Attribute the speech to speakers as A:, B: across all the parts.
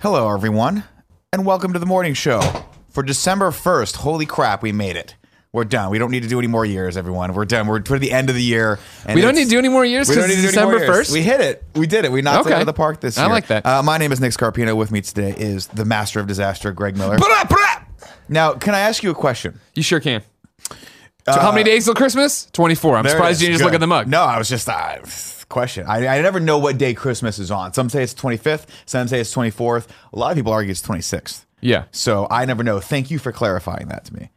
A: Hello, everyone, and welcome to the morning show for December 1st. Holy crap, we made it. We're done. We don't need to do any more years, everyone. We're done. We're toward the end of the year. and
B: We don't
A: it's-
B: need to do any more years
A: We don't
B: because
A: need
B: it's
A: to do any more
B: December
A: years.
B: 1st.
A: We hit it. We did it. We knocked it
B: Okay.
A: out of the park this
B: I
A: year.
B: like that.
A: Uh, my name is Nick Scarpino. With me today is the master of disaster, Greg Miller.
B: Bra- bra-
A: Now, can I ask you a question?
B: You sure can. So how many days till Christmas? 24. I'm
A: Uh, There it
B: surprised
A: is.
B: you didn't just
A: Good.
B: look at the mug.
A: No, I was just uh, question. I, I never know what day Christmas is on. Some say it's 25th. Some say it's 24th. A lot of people argue it's 26th.
B: Yeah.
A: So I never know. Thank you for clarifying that to me.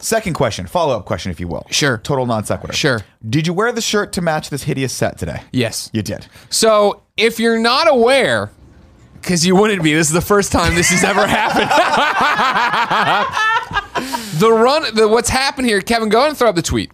A: Second question, follow up question, if you will.
B: Sure.
A: Total non sequitur.
B: Sure.
A: Did you wear the shirt to match this hideous set today?
B: Yes.
A: You did.
B: So if you're not aware, because you wouldn't be, this is the first time this has ever happened. the run, the, what's happened here, Kevin, go ahead and throw up the tweet.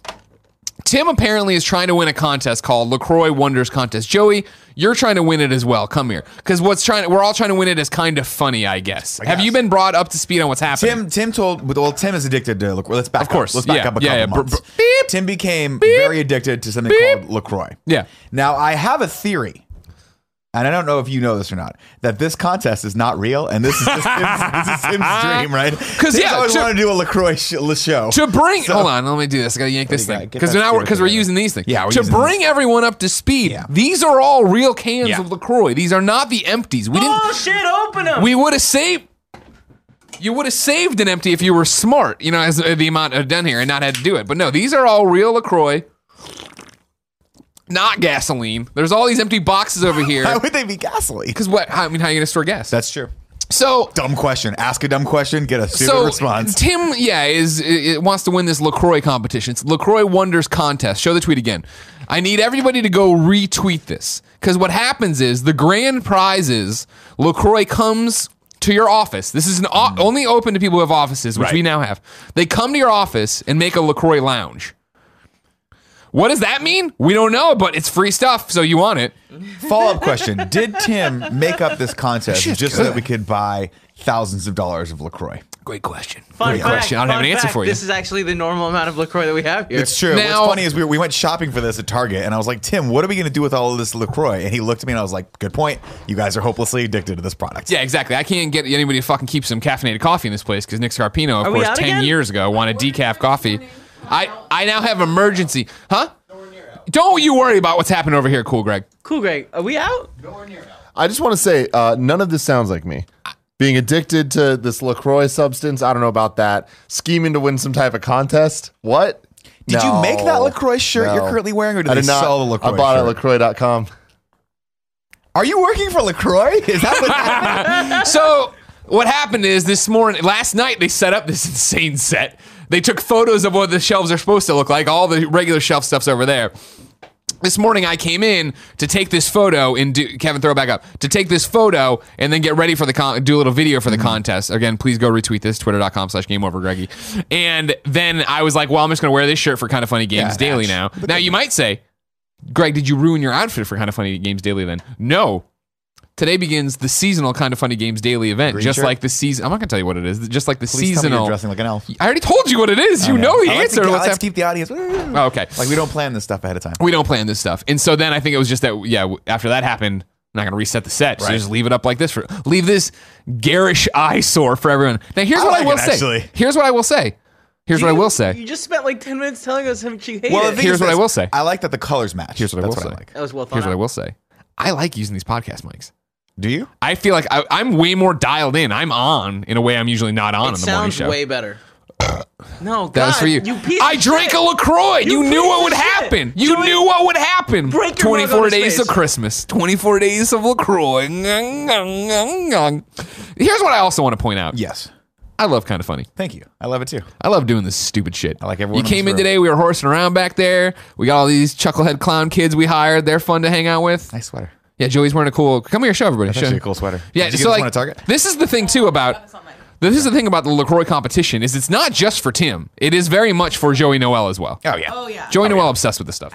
B: Tim apparently is trying to win a contest called LaCroix Wonders Contest. Joey, you're trying to win it as well. Come here. Because what's trying we're all trying to win it is kind of funny, I guess. Have
A: guess.
B: you been brought up to speed on what's happening?
A: Tim Tim told well Tim is addicted to LaCroix. Let's back of
B: course,
A: Up. Let's back
B: yeah,
A: up a
B: yeah,
A: couple
B: yeah. Br-
A: months.
B: br- beep.
A: Tim became very addicted to something called LaCroix.
B: Yeah.
A: Now I have a theory. And I don't know if you know this or not, that this contest is not real, and this is just Tim's, this is Tim's dream, right?
B: 'Cause,
A: Tim's
B: yeah,
A: always
B: to-
A: wanted to do a Lacroix sh- la- show.
B: to bring hold on let me do this i gotta yank this
A: do you
B: thing
A: got? Get
B: because
A: that
B: now we're
A: screw
B: because we're
A: thing.
B: using these things
A: Yeah, we're
B: to
A: using
B: bring everyone up to speed
A: Yeah.
B: these are all real cans
A: Yeah.
B: of lacroix these are not the empties we didn't
C: Bullshit, open them.
B: we would have saved you would have saved an empty if you were smart you know as uh, the amount of done here and not had to do it but no these are all real lacroix not gasoline there's all these empty boxes over
A: Why
B: here
A: would they be gasoline?
B: because what how, i mean how are you gonna store gas
A: That's true.
B: so
A: Dumb question. Ask a dumb question, get a stupid
B: so
A: response.
B: Tim, yeah, is i i- wants to win this Lacroix competition. It's Lacroix Wonders contest. Show the tweet again. I need everybody to go retweet this because what happens is the grand prize is Lacroix comes to your office. This is an o- only open to people who have offices, which
A: Mm. Right.
B: we now have. They come to your office and make a Lacroix lounge. What does that mean? We don't know, but it's free stuff, so you want it.
A: Follow up question: Did Tim make up this contest just so that we could buy thousands of dollars of Lacroix?
B: Great question.
C: Fun
B: Great
C: fact,
B: question. I don't have
C: fun
B: an answer
C: fact,
B: for you.
C: This is actually the normal amount of Lacroix that we have here.
A: It's true.
B: Now-
A: What's funny is we, we went shopping for this at Target, and I was like, Tim, what are we going to do with all of this Lacroix? And he looked at me, and I was like, Good point. You guys are hopelessly addicted to this product.
B: Yeah, exactly. I can't get anybody to fucking keep some caffeinated coffee in this place because Nick Scarpino, of
C: Are we
B: course,
C: out
B: ten
C: again?
B: years ago, wanted decaf coffee. I I now have emergency, huh? Don't you worry about what's happening over here, cool Greg.
C: Cool, Greg. Are we out?
D: I just want to say, uh, none of this sounds like me. Being addicted to this LaCroix substance, I don't know about that. Scheming to win some type of contest. What?
A: Did you make that LaCroix shirt you're currently wearing, or did
D: I
A: they
D: did not.
A: sell the LaCroix
D: I bought
A: shirt?
D: it at LaCroix.com.
A: Are you working for LaCroix? Is that what happened?
B: So what happened is this morning, last night, they set up this insane set. They took photos of what the shelves are supposed to look like. All the regular shelf stuff's over there. This morning, I came in to take this photo and do, Kevin throw it back up to take this photo and then get ready for the con- do a little video for the contest. Again, please go retweet this twitter.com slash game over Greggy. And then I was like, well, I'm just going to wear this shirt for kind of funny games daily now. Now you might say, Greg, did you ruin your outfit for kind of funny games daily then? No, Today begins the seasonal kind of funny games daily event, just
A: shirt?
B: like the season. I'm not gonna tell you what it is. Just like the
A: Please tell me
B: seasonal.
A: You're dressing like an elf.
B: I already told you what it is. you know the
A: I like
B: answer.
A: To, I
B: Let's
A: like
B: have-
A: to keep the audience.
B: Oh, okay.
A: Like we don't plan this stuff ahead of time.
B: we don't plan this stuff, and so then I think it was just that. Yeah, w- after that happened, I'm not gonna reset the set. So
A: Right.
B: just leave it up like this for leave this garish eyesore for everyone. Now here's
A: I
B: what
A: like
B: I will
A: it,
B: say.
A: actually.
B: Here's what I will say. Here's what I
C: You-
B: will say.
C: You just spent like 10 minutes telling us how much you hate
A: Well,
C: it.
A: the thing
B: Here's
A: is
B: what I
A: this,
B: will say.
A: I like that the color's match.
B: Here's what I
A: That's
B: will
A: what I
B: say.
A: like.
C: that was well thought
B: Here's what I
C: out.
B: will say. I like using these podcast mics.
A: Do you?
B: I feel like I, I'm way more dialed in. I'm on in a way I'm usually not on in
C: It
B: the morning
C: sounds
B: show. Uh,
C: way better. no, God,
B: That was for you.
C: piece
B: I
C: of
B: drank
C: shit.
B: a LaCroix. You,
C: You
B: knew what
C: piece
B: would
C: of shit.
B: happen. You knew what would happen.
C: Break your mug on
B: 24
C: his
B: days
C: face.
B: of Christmas. 24 days of LaCroix. Ngung, ngung, ngung, ngung. Here's what I also want to point out.
A: Yes.
B: I love kind of funny.
A: Thank you. I love it too.
B: I love doing this stupid shit. I
A: like everyone
B: You
A: in
B: came
A: this room.
B: in today. We were horsing around back there. We got all these chucklehead clown kids we hired. They're fun to hang out with.
A: Nice sweater.
B: Yeah, Joey's wearing a cool. Come here, show everybody.
A: That's
B: Show-
A: actually a cool sweater.
B: yeah,
A: Did you get
B: so
A: this
B: like,
A: one at Target?
B: this is the thing too about this is the thing about the Lacroix competition is it's not just for Tim. It is very much for Joey Noel as well.
A: Oh yeah.
E: Oh yeah.
B: Joey Noel obsessed with this stuff.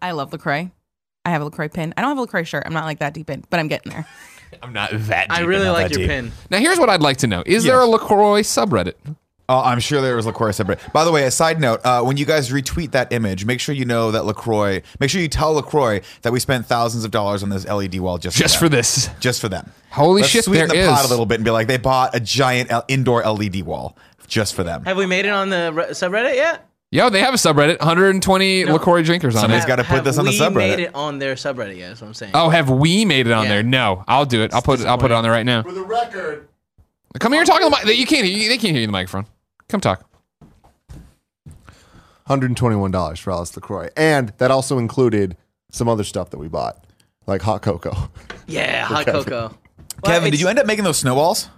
E: I love Lacroix. I have a Lacroix pin. I don't have a Lacroix shirt. I'm not like that deep in, but I'm getting there.
B: I'm not that.
C: I really
A: not
C: like
A: that
C: your
A: deep.
C: pin.
B: now here's what I'd like to know: Is there a Lacroix subreddit?
A: Oh, I'm sure there was Lacroix separate. By the way, a side note: uh, when you guys retweet that image, make sure you know that Lacroix. Make sure you tell Lacroix that we spent thousands of dollars on this LED wall just
B: Just
A: for
B: for
A: them.
B: this.
A: just for them.
B: Holy
A: Let's
B: shit,
A: Sweeten
B: there
A: the pot
B: is.
A: a little bit and be like, they bought a giant L- indoor LED wall just for them.
C: Have we made it on the re- subreddit yet?
B: Yo, they have a subreddit. 120 LaCroix drinkers on
A: Somebody's
B: it.
A: He's got- gotta put
C: Have
A: this on the
C: we
A: subreddit.
C: Made it on their subreddit yet? Is what I'm saying.
B: Oh, have we made it on
C: Yeah.
B: there? No, I'll do it. I'll put it. I'll put it on there right now.
D: For the record,
B: Come here, talking about you can't. hear- They can't hear you in the microphone. Come talk.
D: $121 for Alice LaCroix. And that also included some other stuff that we bought, like hot cocoa.
C: yeah, hot cocoa. Well,
A: Kevin, did
C: it's-
A: you end up making those snowballs?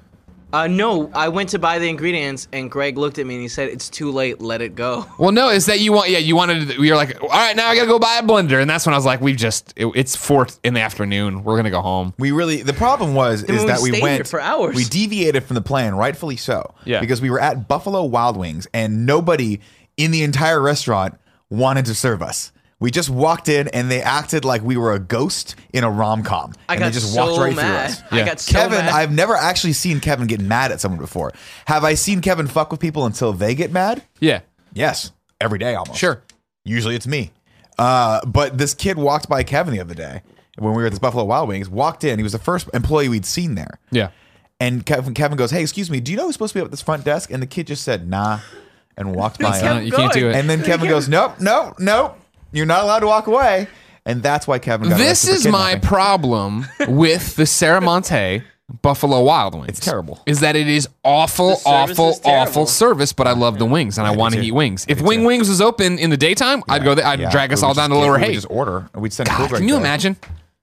C: Uh, no, I went to buy the ingredients, and Greg looked at me and he said, "It's too late. Let it go."
B: Well, no, is that you want? Yeah, you wanted. You're like, all right, now I gotta go buy a blender, and that's when I was like, we've just. it- it's four in the afternoon. We're gonna go home.
A: We really the problem was is
C: we
A: that we
C: stayed
A: went
C: here for hours.
A: We deviated from the plan, rightfully so.
B: Yeah.
A: Because we were at Buffalo Wild Wings and nobody in the entire restaurant wanted to serve us. We just walked in and they acted like we were a ghost in a rom com.
C: I
A: and
C: got
A: they just
C: so
A: walked right
C: mad.
A: through us.
B: Yeah.
C: I got so
A: Kevin,
C: mad.
A: I've never actually seen Kevin get mad at someone before. Have I seen Kevin fuck with people until they get mad?
B: Yeah,
A: Yes, every day almost.
B: Sure.
A: Usually it's me. Uh, but this kid walked by Kevin the other day when we were at this Buffalo Wild Wings, walked in. He was the first employee we'd seen there.
B: yeah.
A: And Kevin, Kevin goes, Hey, excuse me, do you know who's supposed to be up at this front desk? And the kid just said, Nah, and walked by
B: Uh,
A: him.
C: Kevin-
B: you can't do it.
A: And then Kevin goes, Nope, nope, nope. You're not allowed to walk away. And that's why Kevin got
B: this
A: arrested for
B: is my
A: kidnapping.
B: problem with the Saramonte Buffalo Wild Wings. It's
A: terrible.
B: Is that it is awful,
C: service
B: awful,
C: is terrible.
B: awful service, but I love the wings and I want to
A: too.
B: eat wings. If Wing Wings was open in the daytime, I'd go there. I'd
A: Yeah,
B: drag
A: we
B: us
A: would
B: all
A: just
B: down to
A: get-
B: Lower
A: we would
B: Hay.
A: just order. We'd send
B: God,
A: Kubrick
B: can you
A: there.
B: imagine?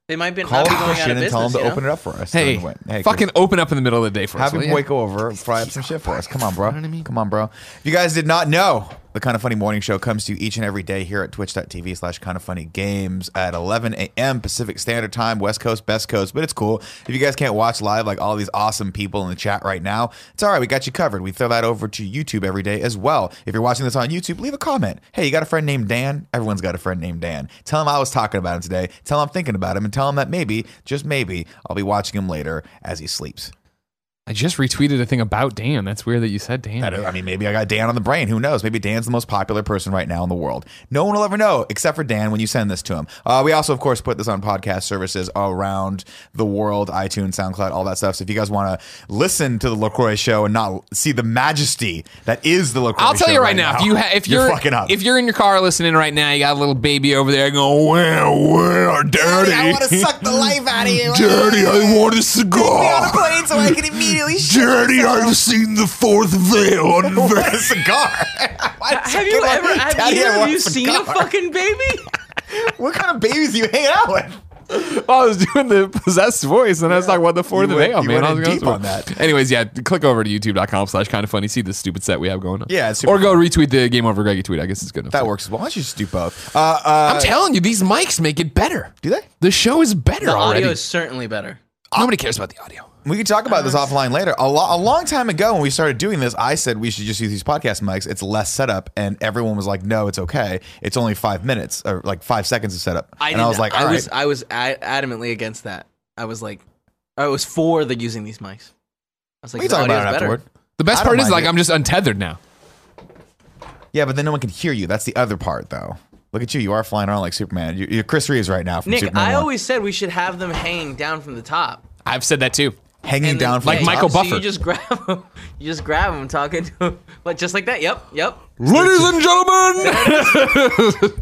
C: they might be,
A: Call
C: not be going out
A: Christian
C: of
A: and
C: business.
A: tell him to
C: you know?
A: open it up for us.
B: Hey,
A: during the win.
B: fucking open up in the middle of the day for us.
A: Have
B: will
A: him
B: ya?
A: wake over, fry up some shit for us. Come on, bro. Come on, bro. If you guys did not know, the Kind of Funny Morning Show comes to you each and every day here at twitch.tv slash kind of funny games at 11 a.m. Pacific Standard Time, West Coast, Best Coast. But it's cool. If you guys can't watch live like all these awesome people in the chat right now, it's all right. We got you covered. We throw that over to YouTube every day as well. If you're watching this on YouTube, leave a comment. Hey, you got a friend named Dan? Everyone's got a friend named Dan. Tell him I was talking about him today. Tell him I'm thinking about him and tell him that maybe, just maybe, I'll be watching him later as he sleeps.
B: I just retweeted a thing about Dan. That's weird that you said Dan.
A: I, don't- I mean, maybe I got Dan on the brain. Who knows? Maybe Dan's the most popular person right now in the world. No one will ever know except for Dan when you send this to him. Uh, we also, of course, put this on podcast services around the world iTunes, SoundCloud, all that stuff. So if you guys want to listen to the LaCroix show and not see the majesty that is the LaCroix
B: I'll tell
A: show
B: you right, now, if you ha- if you're,
A: fucking up.
B: if you're in your car listening right now, you got a little baby over there going, "Well, well, dirty,
A: I want to suck the life out of you.
B: dirty, I want a cigar,
A: plane so I can immediately
B: dirty, I've seen the fourth veil unveiled."
A: a cigar. Why does
C: Have
A: a
C: you
A: kid
C: ever?
A: like,
C: Have
A: "Daddy, I
C: either of
A: want
C: you
A: a
C: seen a
A: cigar?"
C: fucking baby?
A: What kind of babies are you hanging out with?
B: I was doing the possessed voice, and I was talking about the fourth
A: You went-
B: veil,
A: you
B: man.
A: went
B: I was
A: in
B: going
A: deep
B: through
A: on
B: it.
A: that.
B: Anyways, yeah, click over to youtube.com slash kind of funny. See the stupid set we have going on.
A: Yeah, it's super
B: or go retweet the Game Over Greggy tweet. I guess it's good enough.
A: That works as well. Why don't you just do both? Uh, uh,
B: I'm telling you, these mics make it better.
A: do they?
B: The show is better
C: The
B: already.
C: audio is certainly better.
B: Nobody cares about the audio.
A: We can talk about this
C: Uh-huh.
A: offline later. A, lo- a long time ago, when we started doing this, I said we should just use these podcast mics. It's less setup, and everyone was like, "No, it's okay. It's only five minutes or like five seconds of setup." and I
C: didn't-
A: was like,
C: I
A: "All right,
C: was, I was a- adamantly against that. I was like, I was for the using these mics. I was like, the
A: we can talk
C: audio's
A: about it
C: better.
A: afterward."
B: The
A: I
B: best
A: don't
B: part is
A: mind
B: like
A: it.
B: I'm just untethered now.
A: Yeah, but then no one can hear you. That's the other part, though. Look at you. You are flying around like Superman. You- You're Chris Reeves right now from
C: Nick,
A: Superman
C: I
A: 1.
C: always said we should have them hanging down from the top.
B: I've said that too.
A: hanging
C: And
A: down
C: then-
A: from
B: Like
A: the top.
B: Michael
C: so
B: Buffer.
C: you just grab them. You just grab them, talking to them, like just like that. Yep, yep.
B: Ladies and gentlemen,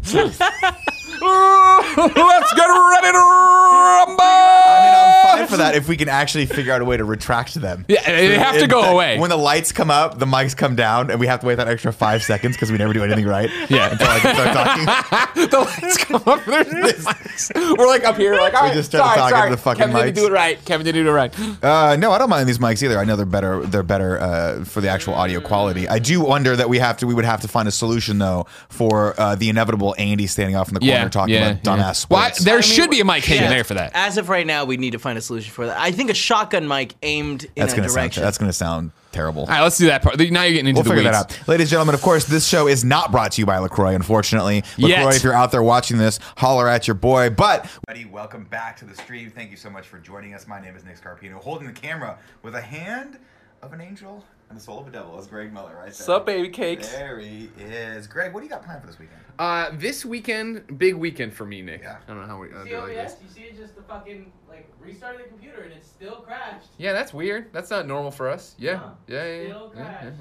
B: let's get ready to
A: I mean,
B: rumble.
A: I'm fine for that if we can actually figure out a way to retract them.
B: Yeah, they have to
A: In
B: go
A: fact,
B: away.
A: When the lights come up, the mics come down, and we have to wait that extra five seconds because we never do anything right.
B: Yeah.
A: Until I can start talking.
B: the lights come up. There's no lights. We're like up here, like all
A: We
B: right,
A: just started
B: sorry,
A: talking to
B: sorry.
A: the fucking
B: Kevin didn't
A: mics.
B: do it right. Kevin didn't do it right.
A: Uh, no, I don't mind these mics either. I know they're better. They're better uh, for the actual audio quality. I do wonder that we have to. We would have to find a solution though for uh, the inevitable Andy standing off in the corner
B: Yeah,
A: talking
B: yeah,
A: about dumbass
B: yeah.
A: sports.
B: Well, I- there
C: I mean,
B: should be a mic hanging
C: yeah.
B: there for that.
C: As of right now, we need to find a solution for that. I think a shotgun mic aimed in
A: that's
C: that
A: gonna
C: direction.
A: sound. That's gonna sound terrible.
B: All right, let's do that part. Now you're getting into
A: We'll
B: the
A: figure that
B: weeds.
A: out. Ladies and gentlemen, of course, this show is not brought to you by LaCroix, unfortunately. LaCroix,
B: Yet.
A: if you're out there watching this, holler at your boy. But, buddy, welcome back to the stream. Thank you so much for joining us. My name is Nick Scarpino, holding the camera with a hand of an angel And the soul of a devil is Greg Miller, right there.
F: Sup, baby cakes?
A: There he is. Greg, what do you got planned for this weekend?
B: Uh, this weekend, big weekend for me, Nick.
A: Yeah.
B: I don't know how we uh,
G: See
B: do it like this.
G: OBS? You see it just the fucking like restarted the computer and it still crashed.
B: Yeah, that's weird. That's not normal for us. Yeah.
G: No.
B: Yeah, yeah, yeah.
G: Still
B: yeah,
G: crash.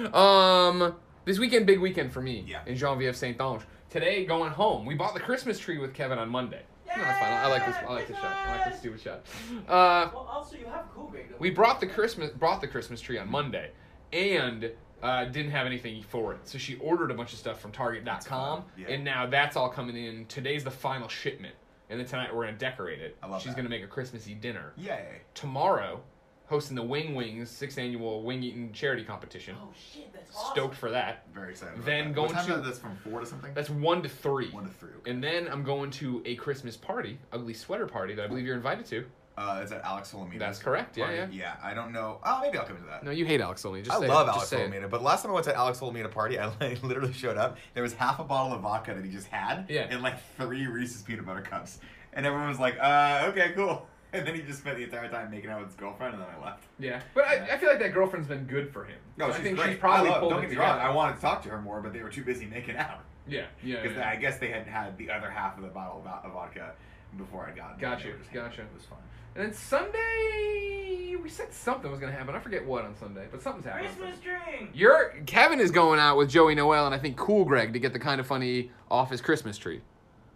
B: yeah, yeah. Um, this weekend, big weekend for me
A: Yeah.
B: in Jean-Vive Saint Ange. Today, going home. We bought the Christmas tree with Kevin on Monday. No, that's fine. I like this. I like this shot. I like this stupid shot. Uh,
G: Well, also you have Kubik.
B: we brought the Christmas brought the Christmas tree on Monday, and uh, didn't have anything for it. So she ordered a bunch of stuff from Target.com,
A: fine. Yeah.
B: and now that's all coming in. Today's the final shipment, and then tonight we're gonna decorate it.
A: I love
B: She's
A: that.
B: gonna make a Christmassy dinner
A: Yay.
B: tomorrow, hosting the Wing Wings sixth annual Wing Eating charity competition.
G: Oh shit, that's awesome.
B: Stoked for that.
A: Very excited. about
B: Then
A: that.
B: going
A: what time
B: to-
A: is this from four to something.
B: That's one to three.
A: One to three, okay.
B: And then I'm going to a Christmas party, ugly sweater party that I believe you're invited to.
A: uh, is that Alex Solomita?
B: That's correct, yeah, yeah.
A: Yeah. I don't know. Oh, maybe I'll come to that.
B: No, you hate Alex Olney. Just
A: I
B: say it.
A: love
B: Just
A: Alex
B: say it.
A: Solomita, but last time I went to Alex Solomita party, I like, literally showed up. There was half a bottle of vodka that he just had,
B: Yeah.
A: and like three Reese's peanut butter cups, and everyone was like, "Uh, okay, cool." And then he just spent the entire time making out with his girlfriend, and then I left.
B: Yeah, but I, I feel like that girlfriend's been good for him.
A: No,
B: So
A: she's
B: I think
A: great.
B: she's probably
A: I love,
B: pulled
A: don't
B: it
A: get me wrong.
B: together.
A: I wanted to talk to her more, but they were too busy making out.
B: yeah, yeah,
A: Because
B: yeah.
A: I guess they had had the other half of the bottle of vo- of vodka before I got.
B: Gotcha,
A: They were just hanging out.
B: gotcha.
A: It was fun.
B: And then Sunday, we said something was gonna happen. I forget what on Sunday, but something's happening. on
G: Christmas
B: Sunday.
G: dream.
B: Your Kevin is going out with Joey Noel and I think Cool Greg to get the kind of funny office Christmas tree.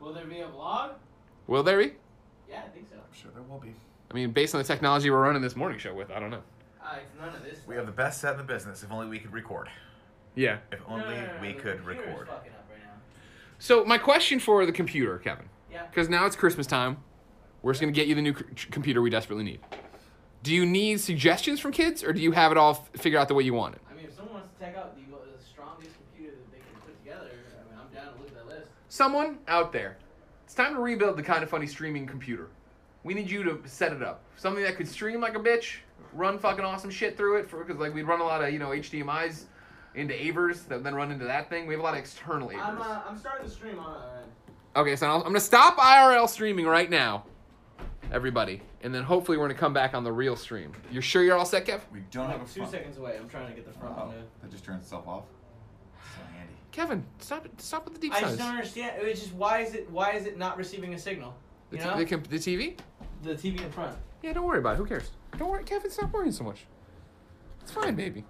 G: Will there be a vlog?
B: Will there be?
G: Yeah, I think so.
A: Sure, there will be.
B: I mean, based on the technology we're running this morning show with, I don't know.
G: Uh, it's none of this.
A: We have the best set in the business. If only we could record.
B: Yeah.
A: If
G: No, no,
A: only
G: no, no,
A: we
G: the
A: could
G: computer's
A: record.
G: fucking up right now.
B: So my question for the computer, Kevin,
G: Yeah.
B: because now it's Christmas time, we're just gonna get you the new c- ch- computer we desperately need. Do you need suggestions from kids, or do you have it all f- figured out the way you want it?
G: I mean, if someone wants to check out the, the strongest computer that they can put together, I mean, I'm down to look at that list.
B: Someone out there, it's time to rebuild the kind of funny streaming computer. We need you to set it up. Something that could stream like a bitch, run fucking awesome shit through it, because like we'd run a lot of you know HDMI's into Avers that then run into that thing. We have a lot of external Avers.
G: I'm uh, I'm starting the stream on uh, our end.
B: Okay, so I'll, I'm gonna stop IRL streaming right now, everybody, and then hopefully we're gonna come back on the real stream. You're sure you're all set, Kev?
A: We don't have a
G: Like two
A: phone-
G: seconds away. I'm trying to get the front
A: Oh,
G: one to.
A: that just turned itself off. So handy.
B: Kevin, stop it! Stop with the deep
G: I just
B: sounds.
G: don't understand. It's just why is it why is it not receiving a signal?
B: The,
G: You
B: t-
G: know,
B: the com- the TV?
G: the TV in front.
B: Yeah, don't worry about it. Who cares? Don't worry, Kevin. Stop worrying so much. It's fine, baby.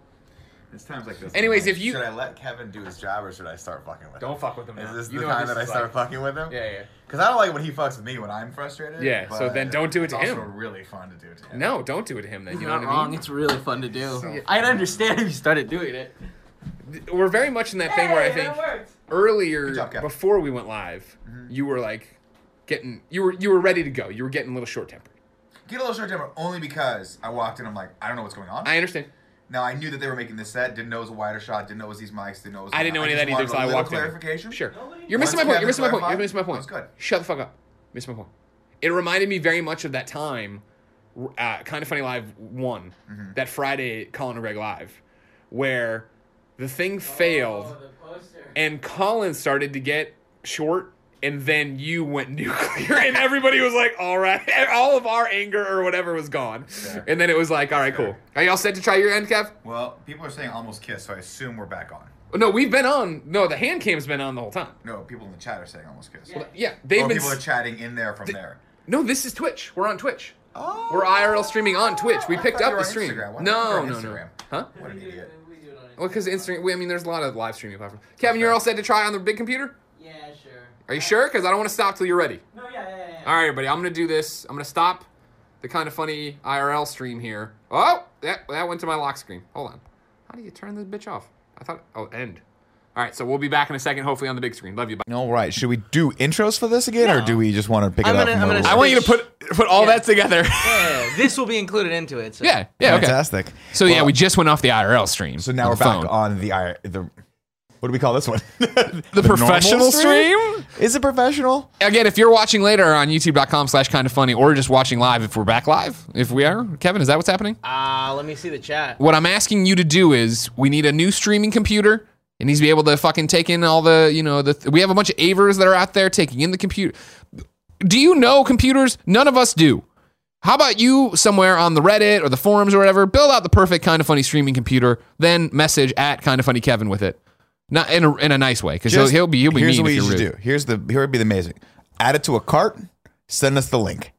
A: It's times like this.
B: Anyways,
A: I'm like,
B: if you-
A: should I let Kevin do his job or should I start fucking with him?
B: Don't fuck with him.
A: Is
B: now.
A: this
B: You
A: the
B: know what
A: time that I
B: is
A: start
B: like.
A: fucking with him?
B: Yeah, yeah.
A: Because I don't like when he fucks with me when I'm frustrated.
B: Yeah, so
A: but
B: then don't do it
A: it's
B: to
A: also
B: him.
A: Really fun to do to him.
B: No, don't do it to him. Then you know what I mean.
C: It's really fun to do.
B: So-
C: I'd understand if you started doing it.
B: We're very much in that thing where I
G: Hey, that
B: think
G: worked.
B: earlier,
A: Good job, Kev. Mm-hmm.
B: before we went live, you were like getting you were you were ready to go. You were getting a little short tempered.
A: Get a little short temper only because I walked in. I'm like, I don't know what's going on.
B: I understand.
A: now I knew that they were making this set. Didn't know it was a wider shot. Didn't know it was these mics. Didn't know it was.
B: I didn't know any of
A: just
B: that either,
A: wanted
B: so
A: a
B: I
A: little
B: walked in.
A: clarification.
B: Sure.
G: Nobody-
B: You're missing my
A: Once
B: point.
A: we
B: You're missing my
A: have
B: point. You're
A: this
B: missing my point.
A: clarified, that's good.
B: Shut the fuck up. Missing my point. It reminded me very much of that time, uh, kind of funny live one,
A: Mm-hmm.
B: that Friday Colin and Greg live, where the thing failed
G: Oh, the poster.
B: and Colin started to get short, and then you went nuclear, and everybody was like, "All right," all of our anger or whatever was gone, and then it was like, "All right, cool." Are y'all set to try your end, Kev?
A: Well, people are saying almost kiss, so I assume we're back on.
B: No, we've been on. No, the hand cam's been on the whole time.
A: No, people in the chat are saying almost kiss.
G: Yeah.
B: Yeah, they've
A: Or
B: been.
A: Oh, people
B: s-
A: are chatting in there from there.
B: No, this is Twitch. We're on Twitch.
A: Oh.
B: We're IRL streaming on Twitch. We
A: I
B: picked
A: thought you
B: up
A: were
B: the
A: on
B: stream.
A: Instagram. Why
B: No,
A: not? You're
B: no,
A: on
B: no.
A: Instagram.
B: Huh?
A: What an
G: We do
A: idiot.
G: it- we do it on
B: Well,
G: Instagram.
B: because Instagram. we- I mean, there's a lot of live streaming platforms. Kevin, you're all set to try on the big computer.
G: Yeah, sure.
B: Are you sure? Because I don't want to stop till you're ready.
G: No, Oh, yeah, yeah, yeah.
B: All right, everybody. I'm gonna do this. I'm gonna stop the kind of funny IRL stream here. Oh, that that went to my lock screen. Hold on. How do you turn this bitch off? I thought. Oh, end. All right. So we'll be back in a second. Hopefully on the big screen. Love you. Bye.
A: All right, should we do intros for this again, or do we just want to pick
C: I'm
A: it
C: gonna-
A: up?
C: I'm
A: from where
C: gonna
A: we
B: I
A: were?
B: want you to put put all that together.
C: Yeah, this will be included into it. So.
B: yeah. Yeah. Okay.
A: Fantastic.
B: So yeah, we just went off the IRL stream.
A: So now we're back on the I- the. What do we call this one? the,
B: professional
A: normal
B: stream?
A: Is it professional?
B: Again, if you're watching later on youtube.com slash kind of funny or just watching live if we're back live, if we are, Kevin, is that what's happening?
C: Ah, let me see the chat.
B: what I'm asking you to do is we need a new streaming computer. It needs to be able to fucking take in all the, you know, the we have a bunch of avers that are out there taking in the computer. Do you know computers? None of us do. How about you somewhere on the Reddit or the forums or whatever? Build out the perfect kind of funny streaming computer, then message at kind of funny Kevin with it, not in a, in a nice way because he'll,
A: Just-
B: he'll be you'll be
A: here's
B: mean
A: what
B: if
A: you
B: you're
A: should
B: rude.
A: do. Here's the here would be the amazing. Add it to a cart. Send us the link,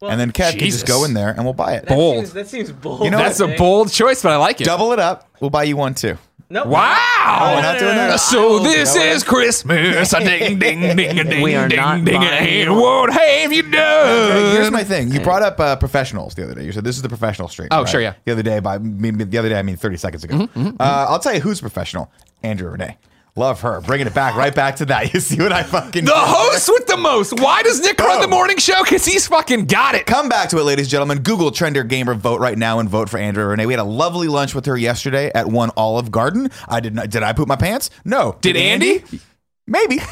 A: and then Kev can
B: Jesus.
A: just go in there and we'll buy it.
B: That Bold.
G: Seems, that seems bold.
A: You know,
B: That's a
G: Nick.
B: bold choice, but I like it.
A: Double it up. We'll buy you one too.
G: Nope.
B: Wow!
A: Oh, we're not doing that?
B: So this is Christmas. A ding, ding, ding, a ding,
C: We are
B: ding,
C: not
B: ding.
C: buying
B: And what have you
A: Hey, here's
B: done?
A: my thing. You brought up uh, professionals the other day. You said this is the professional stream.
B: Oh, sure, yeah. Mm-hmm,
A: The other day, by I mean, the other day, I mean thirty seconds ago. Uh, I'll tell you who's professional. Andrew Renee, love her. Bringing it back, right back to that. You see what I fucking
B: The host with the most. Why does Nick run
A: Go.
B: the morning show? Because he's fucking got it.
A: Come back to it, ladies and gentlemen. Google Trender Gamer vote right now and vote for Andrea Renee. We had a lovely lunch with her yesterday at one Olive Garden. I did not. Did I poop my pants? No.
B: Did Andy?
A: Maybe.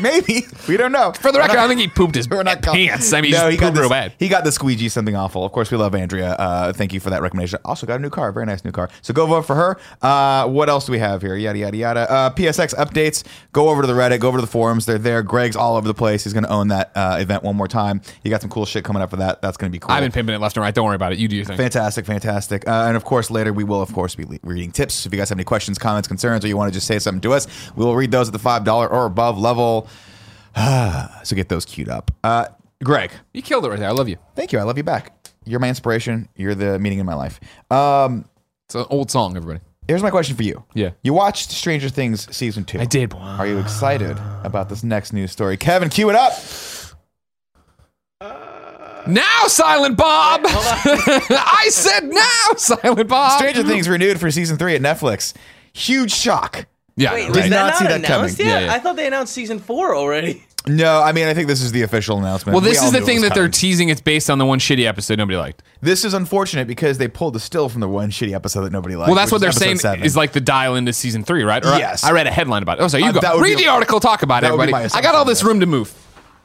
A: Maybe. We don't know.
B: For the record, I think he pooped his
A: We're not calling-
B: pants. I mean,
A: no,
B: he's
A: he
B: pooped
A: got
B: real
A: this-
B: bad.
A: He got the squeegee, something awful. Of course, we love Andrea. Uh, thank you for that recommendation. Also got a new car, very nice new car. So go vote for her. Uh, what else do we have here? Yada yada yada. Uh, PSX updates. Go over to the Reddit. Go over to the forums. They're there. Greg's all over the place. He's going to own that uh, event one more time. You got some cool shit coming up for that. That's going to be cool.
B: I've been pimping it left and right. Don't worry about it. You do your thing.
A: Fantastic, fantastic. Uh, and of course, later we will, of course, be le- reading tips. If you guys have any questions, comments, concerns, or you want to just say something to us, we will read those at the $5 or above level. so get those queued up. Uh, Greg,
B: You killed it right there. I love you.
A: thank you. I love you back. You're my inspiration. You're the meaning in my life. Um,
B: It's an old song, everybody.
A: here's my question for you.
B: Yeah.
A: You watched Stranger Things season two.
B: I did.
A: Are you excited about this next news story? Kevin, cue it up.
B: Now, Silent Bob. I said now, Silent Bob.
A: Stranger Things renewed for season three at Netflix. Huge shock.
B: Yeah.
G: Wait,
B: right.
G: was
A: Did
G: that
A: not
G: not
A: see that
G: announced
A: coming.
G: yet?
B: Yeah, yeah.
G: I thought they announced season four already.
A: No, I mean, I think this is the official announcement.
B: Well,
A: We
B: this
A: all
B: is the
A: knew it
B: thing
A: was
B: that they're
A: coming.
B: teasing. It's based on the one shitty episode nobody liked.
A: This is unfortunate because they pulled the still from the one shitty episode that nobody liked.
B: Well, that's
A: which
B: what they're
A: is
B: saying
A: episode seven.
B: is like the dial into season three, right? Or I-
A: Yes.
B: I, read a headline about it. Oh, sorry, you
A: Uh,
B: go.
A: that would
B: Read
A: be-
B: the article, talk about it,
A: that would be
B: everybody.
A: my
B: I got all this
A: assumption,
B: room to move.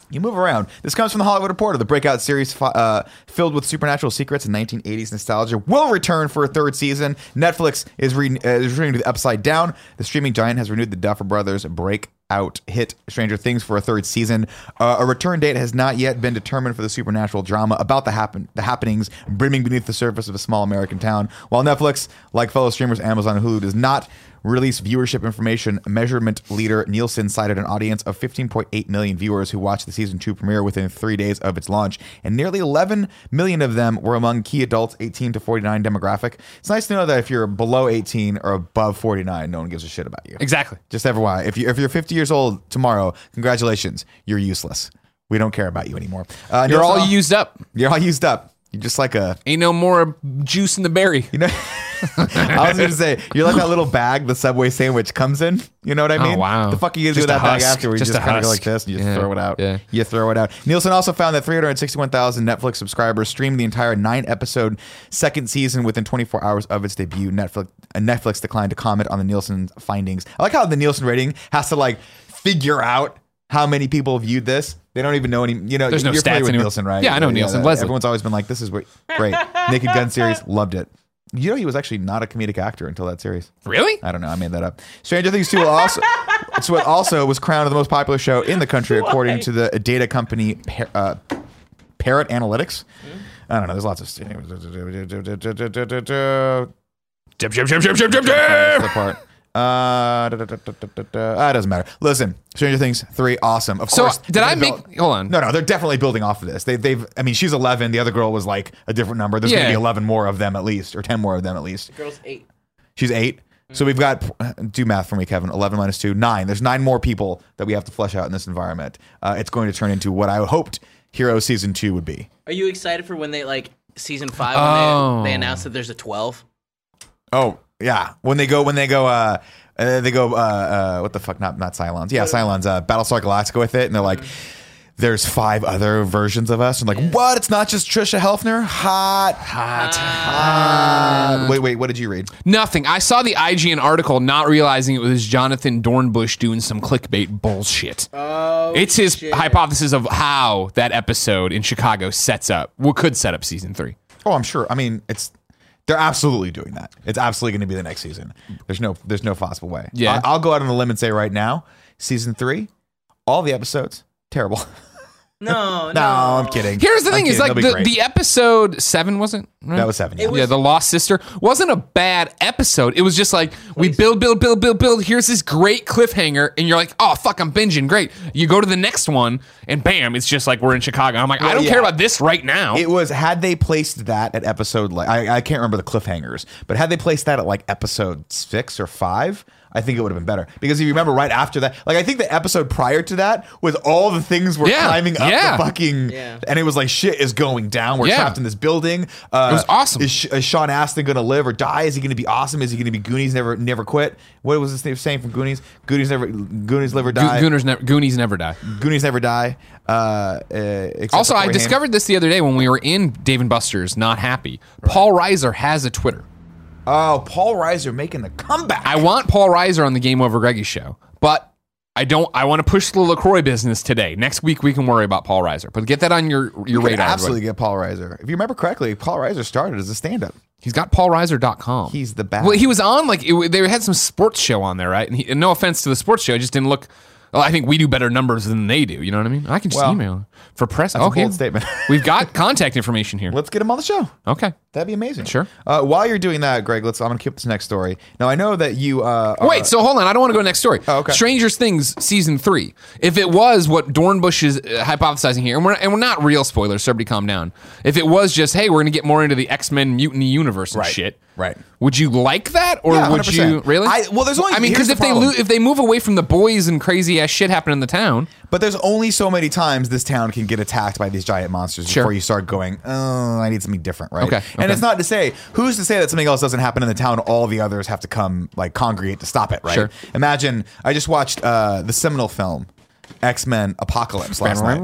A: you move around. This comes from the Hollywood Reporter. The breakout series fi- uh, filled with supernatural secrets and 1980s nostalgia will return for a third season. Netflix is, re- uh, is returning to the Upside Down. The streaming giant has renewed the Duffer Brothers breakout hit Stranger Things for a third season. Uh, a return date has not yet been determined for the supernatural drama about the happen the happenings brimming beneath the surface of a small American town. While Netflix, like fellow streamers Amazon and Hulu, does not release viewership information, measurement leader Nielsen cited an audience of 15.8 million viewers who watched the season two premiere within three days of its launch, and nearly 11 million of them were among key adults 18 to 49 demographic. It's nice to know that if you're below 18 or above 49, no one gives a shit about you.
B: Exactly.
A: Just FYI, if you if you're 50 years old tomorrow, congratulations, you're useless. We don't care about you anymore. Uh,
B: You're all
A: Nielsen-
B: used up.
A: You're all used up. You're just like a
B: Ain't no more juice in the berry.
A: you know, I was going to say, you're like that little bag the Subway sandwich comes in. You know what I mean?
B: Oh, wow.
A: The fuck are you going to do
B: Just
A: with
B: a
A: that bag
B: husk.
A: afterwards?
B: Just
A: you
B: a
A: just kind of go
B: husk.
A: like this and you just
B: Yeah,
A: throw it out.
B: yeah.
A: You throw it out. Nielsen also found that 361,000 Netflix subscribers streamed the entire nine episode second season within 24 hours of its debut. Netflix, uh, Netflix declined to comment on the Nielsen findings. I like how the Nielsen rating has to like figure out how many people viewed this. They don't even know any, you know,
B: There's no
A: you're familiar
B: stats
A: with
B: anywhere.
A: Nielsen, right?
B: Yeah, I know Nielsen.
A: that-
B: Leslie.
A: Everyone everyone's always been like, this is what, great. Naked Gun series, loved it. You know, he was actually not a comedic actor until that series.
B: Really?
A: I don't know. I made that up. Stranger Things 2 will also, it's what also was crowned the most popular show in the country, according to the data company Par- uh, Parrot Analytics. I don't know. There's lots of.
B: Jip, jip, jip, jip, jip, jip, jip.
A: the part. Uh, da, da, da, da, da, da, da. Ah, it doesn't matter. Listen, Stranger Things three, awesome. Of
B: So,
A: course.
B: did
A: they're
B: I
A: gonna
B: make-
A: build-
B: hold on.
A: No, no, they're definitely building off of this. They, they've. I mean, she's eleven. The other girl was like a different number. There's
B: Yeah.
A: gonna be eleven more of them at least, or ten more of them at least.
G: Girls eight.
A: She's eight. So we've got do math for me, Kevin. Eleven minus two, nine. There's nine more people that we have to flesh out in this environment. Uh, it's going to turn into what I hoped Hero season two would be.
G: Are you excited for when they like season five?
B: Oh.
G: When they, they announced that there's a twelve.
A: Oh yeah, when they go when they go uh, uh they go uh, uh what the fuck not not Cylons yeah Cylons uh Battlestar Galactica with it and they're like. There's five other versions of us, and like, what? It's not just Trisha Helfner. Hot, hot, hot. Wait, wait. What did you read?
B: Nothing. I saw the IGN article, not realizing it was Jonathan Dornbush doing some clickbait bullshit.
G: Oh,
B: it's his hypothesis of how that episode in Chicago sets up, well, could set up season three.
A: Oh, I'm sure. I mean, it's they're absolutely doing that. It's absolutely going to be the next season. There's no there's no possible way.
B: Yeah.
A: I, will go out on the limb and say right now, season three, all the episodes terrible.
C: No, no.
A: No, I'm kidding.
B: Here's the
A: I'm
B: thing: is
A: kidding. They'll
B: like
A: be
B: the,
A: great.
B: the episode seven wasn't right?
A: That was seven, yeah. It
B: yeah, the lost sister wasn't a bad episode. It was just like we build, build, build, build, build. Here's this great cliffhanger, and you're like, oh fuck, I'm binging. Great. You go to the next one, and bam, it's just like we're in Chicago. I'm like, I don't
A: yeah.
B: care about this right now.
A: It was had they placed that at episode like I, I can't remember the cliffhangers, but had they placed that at like episode six or five, I think it would have been better. Because if you remember right after that, like I think the episode prior to that was all the things were
B: Yeah,
A: climbing up
B: yeah.
A: the fucking
C: Yeah.
A: and it was like shit is going down. We're
B: Yeah.
A: trapped in this building. Uh,
B: It was awesome.
A: Is, Sh- is Sean Astin gonna live or die? Is he gonna be awesome? Is he gonna be Goonies never never quit? What was this saying from Goonies? Goonies never Goonies live or
B: Go-
A: die.
B: Gooners never, Goonies never die.
A: Goonies never die. Uh, uh, except
B: Also,
A: for
B: I
A: Corey Haim.
B: discovered this the other day when we were in Dave and Buster's. Not happy. Paul Reiser has a Twitter.
A: Oh, Paul Reiser making the comeback.
B: I want Paul Reiser on the Game Over Greggy show, but I don't. I want to push the Lacroix business today. Next week we can worry about Paul Reiser, but get that on your your
A: You could
B: radar.
A: absolutely get Paul Reiser. If you remember correctly, Paul Reiser started as a stand-up.
B: He's got paulreiser.com.
A: He's the best.
B: Well, he was on like it, they had some sports show on there, right? And, he, and no offense to the sports show, it just didn't look. Well, I think we do better numbers than they do. You know what I mean? I can just
A: Well,
B: email him for press.
A: a
B: okay,
A: bold statement.
B: We've got contact information here.
A: Let's get him on the show.
B: Okay.
A: That'd be amazing.
B: Sure.
A: Uh, while you're doing that, Greg, let's. I'm gonna keep this next story. Now I know that you. Uh, are-
B: Wait, so hold on. I don't want to go to next story.
A: Oh, okay.
B: Stranger Things season three. If it was what Dornbush is uh, hypothesizing here, and we're and we're not real spoilers, so everybody calm down. If it was just hey, we're going to get more into the X Men mutiny universe and
A: Right,
B: shit,
A: right.
B: Would you like that, or
A: Yeah,
B: would you
A: 100%.
B: really?
A: I- well, there's only-
B: I mean,
A: here's
B: because
A: the
B: if they
A: problem.
B: lo- if they move away from the boys and crazy ass shit happening in the town,
A: But there's only so many times this town can get attacked by these giant monsters
B: Sure.
A: before you start going, oh, I need something different, right?
B: Okay,
A: And
B: okay.
A: it's not to say, who's to say that something else doesn't happen in the town? All the others have to come, like, congregate to stop it, right?
B: Sure.
A: Imagine, I just watched uh, the seminal film, X Men Apocalypse, last night.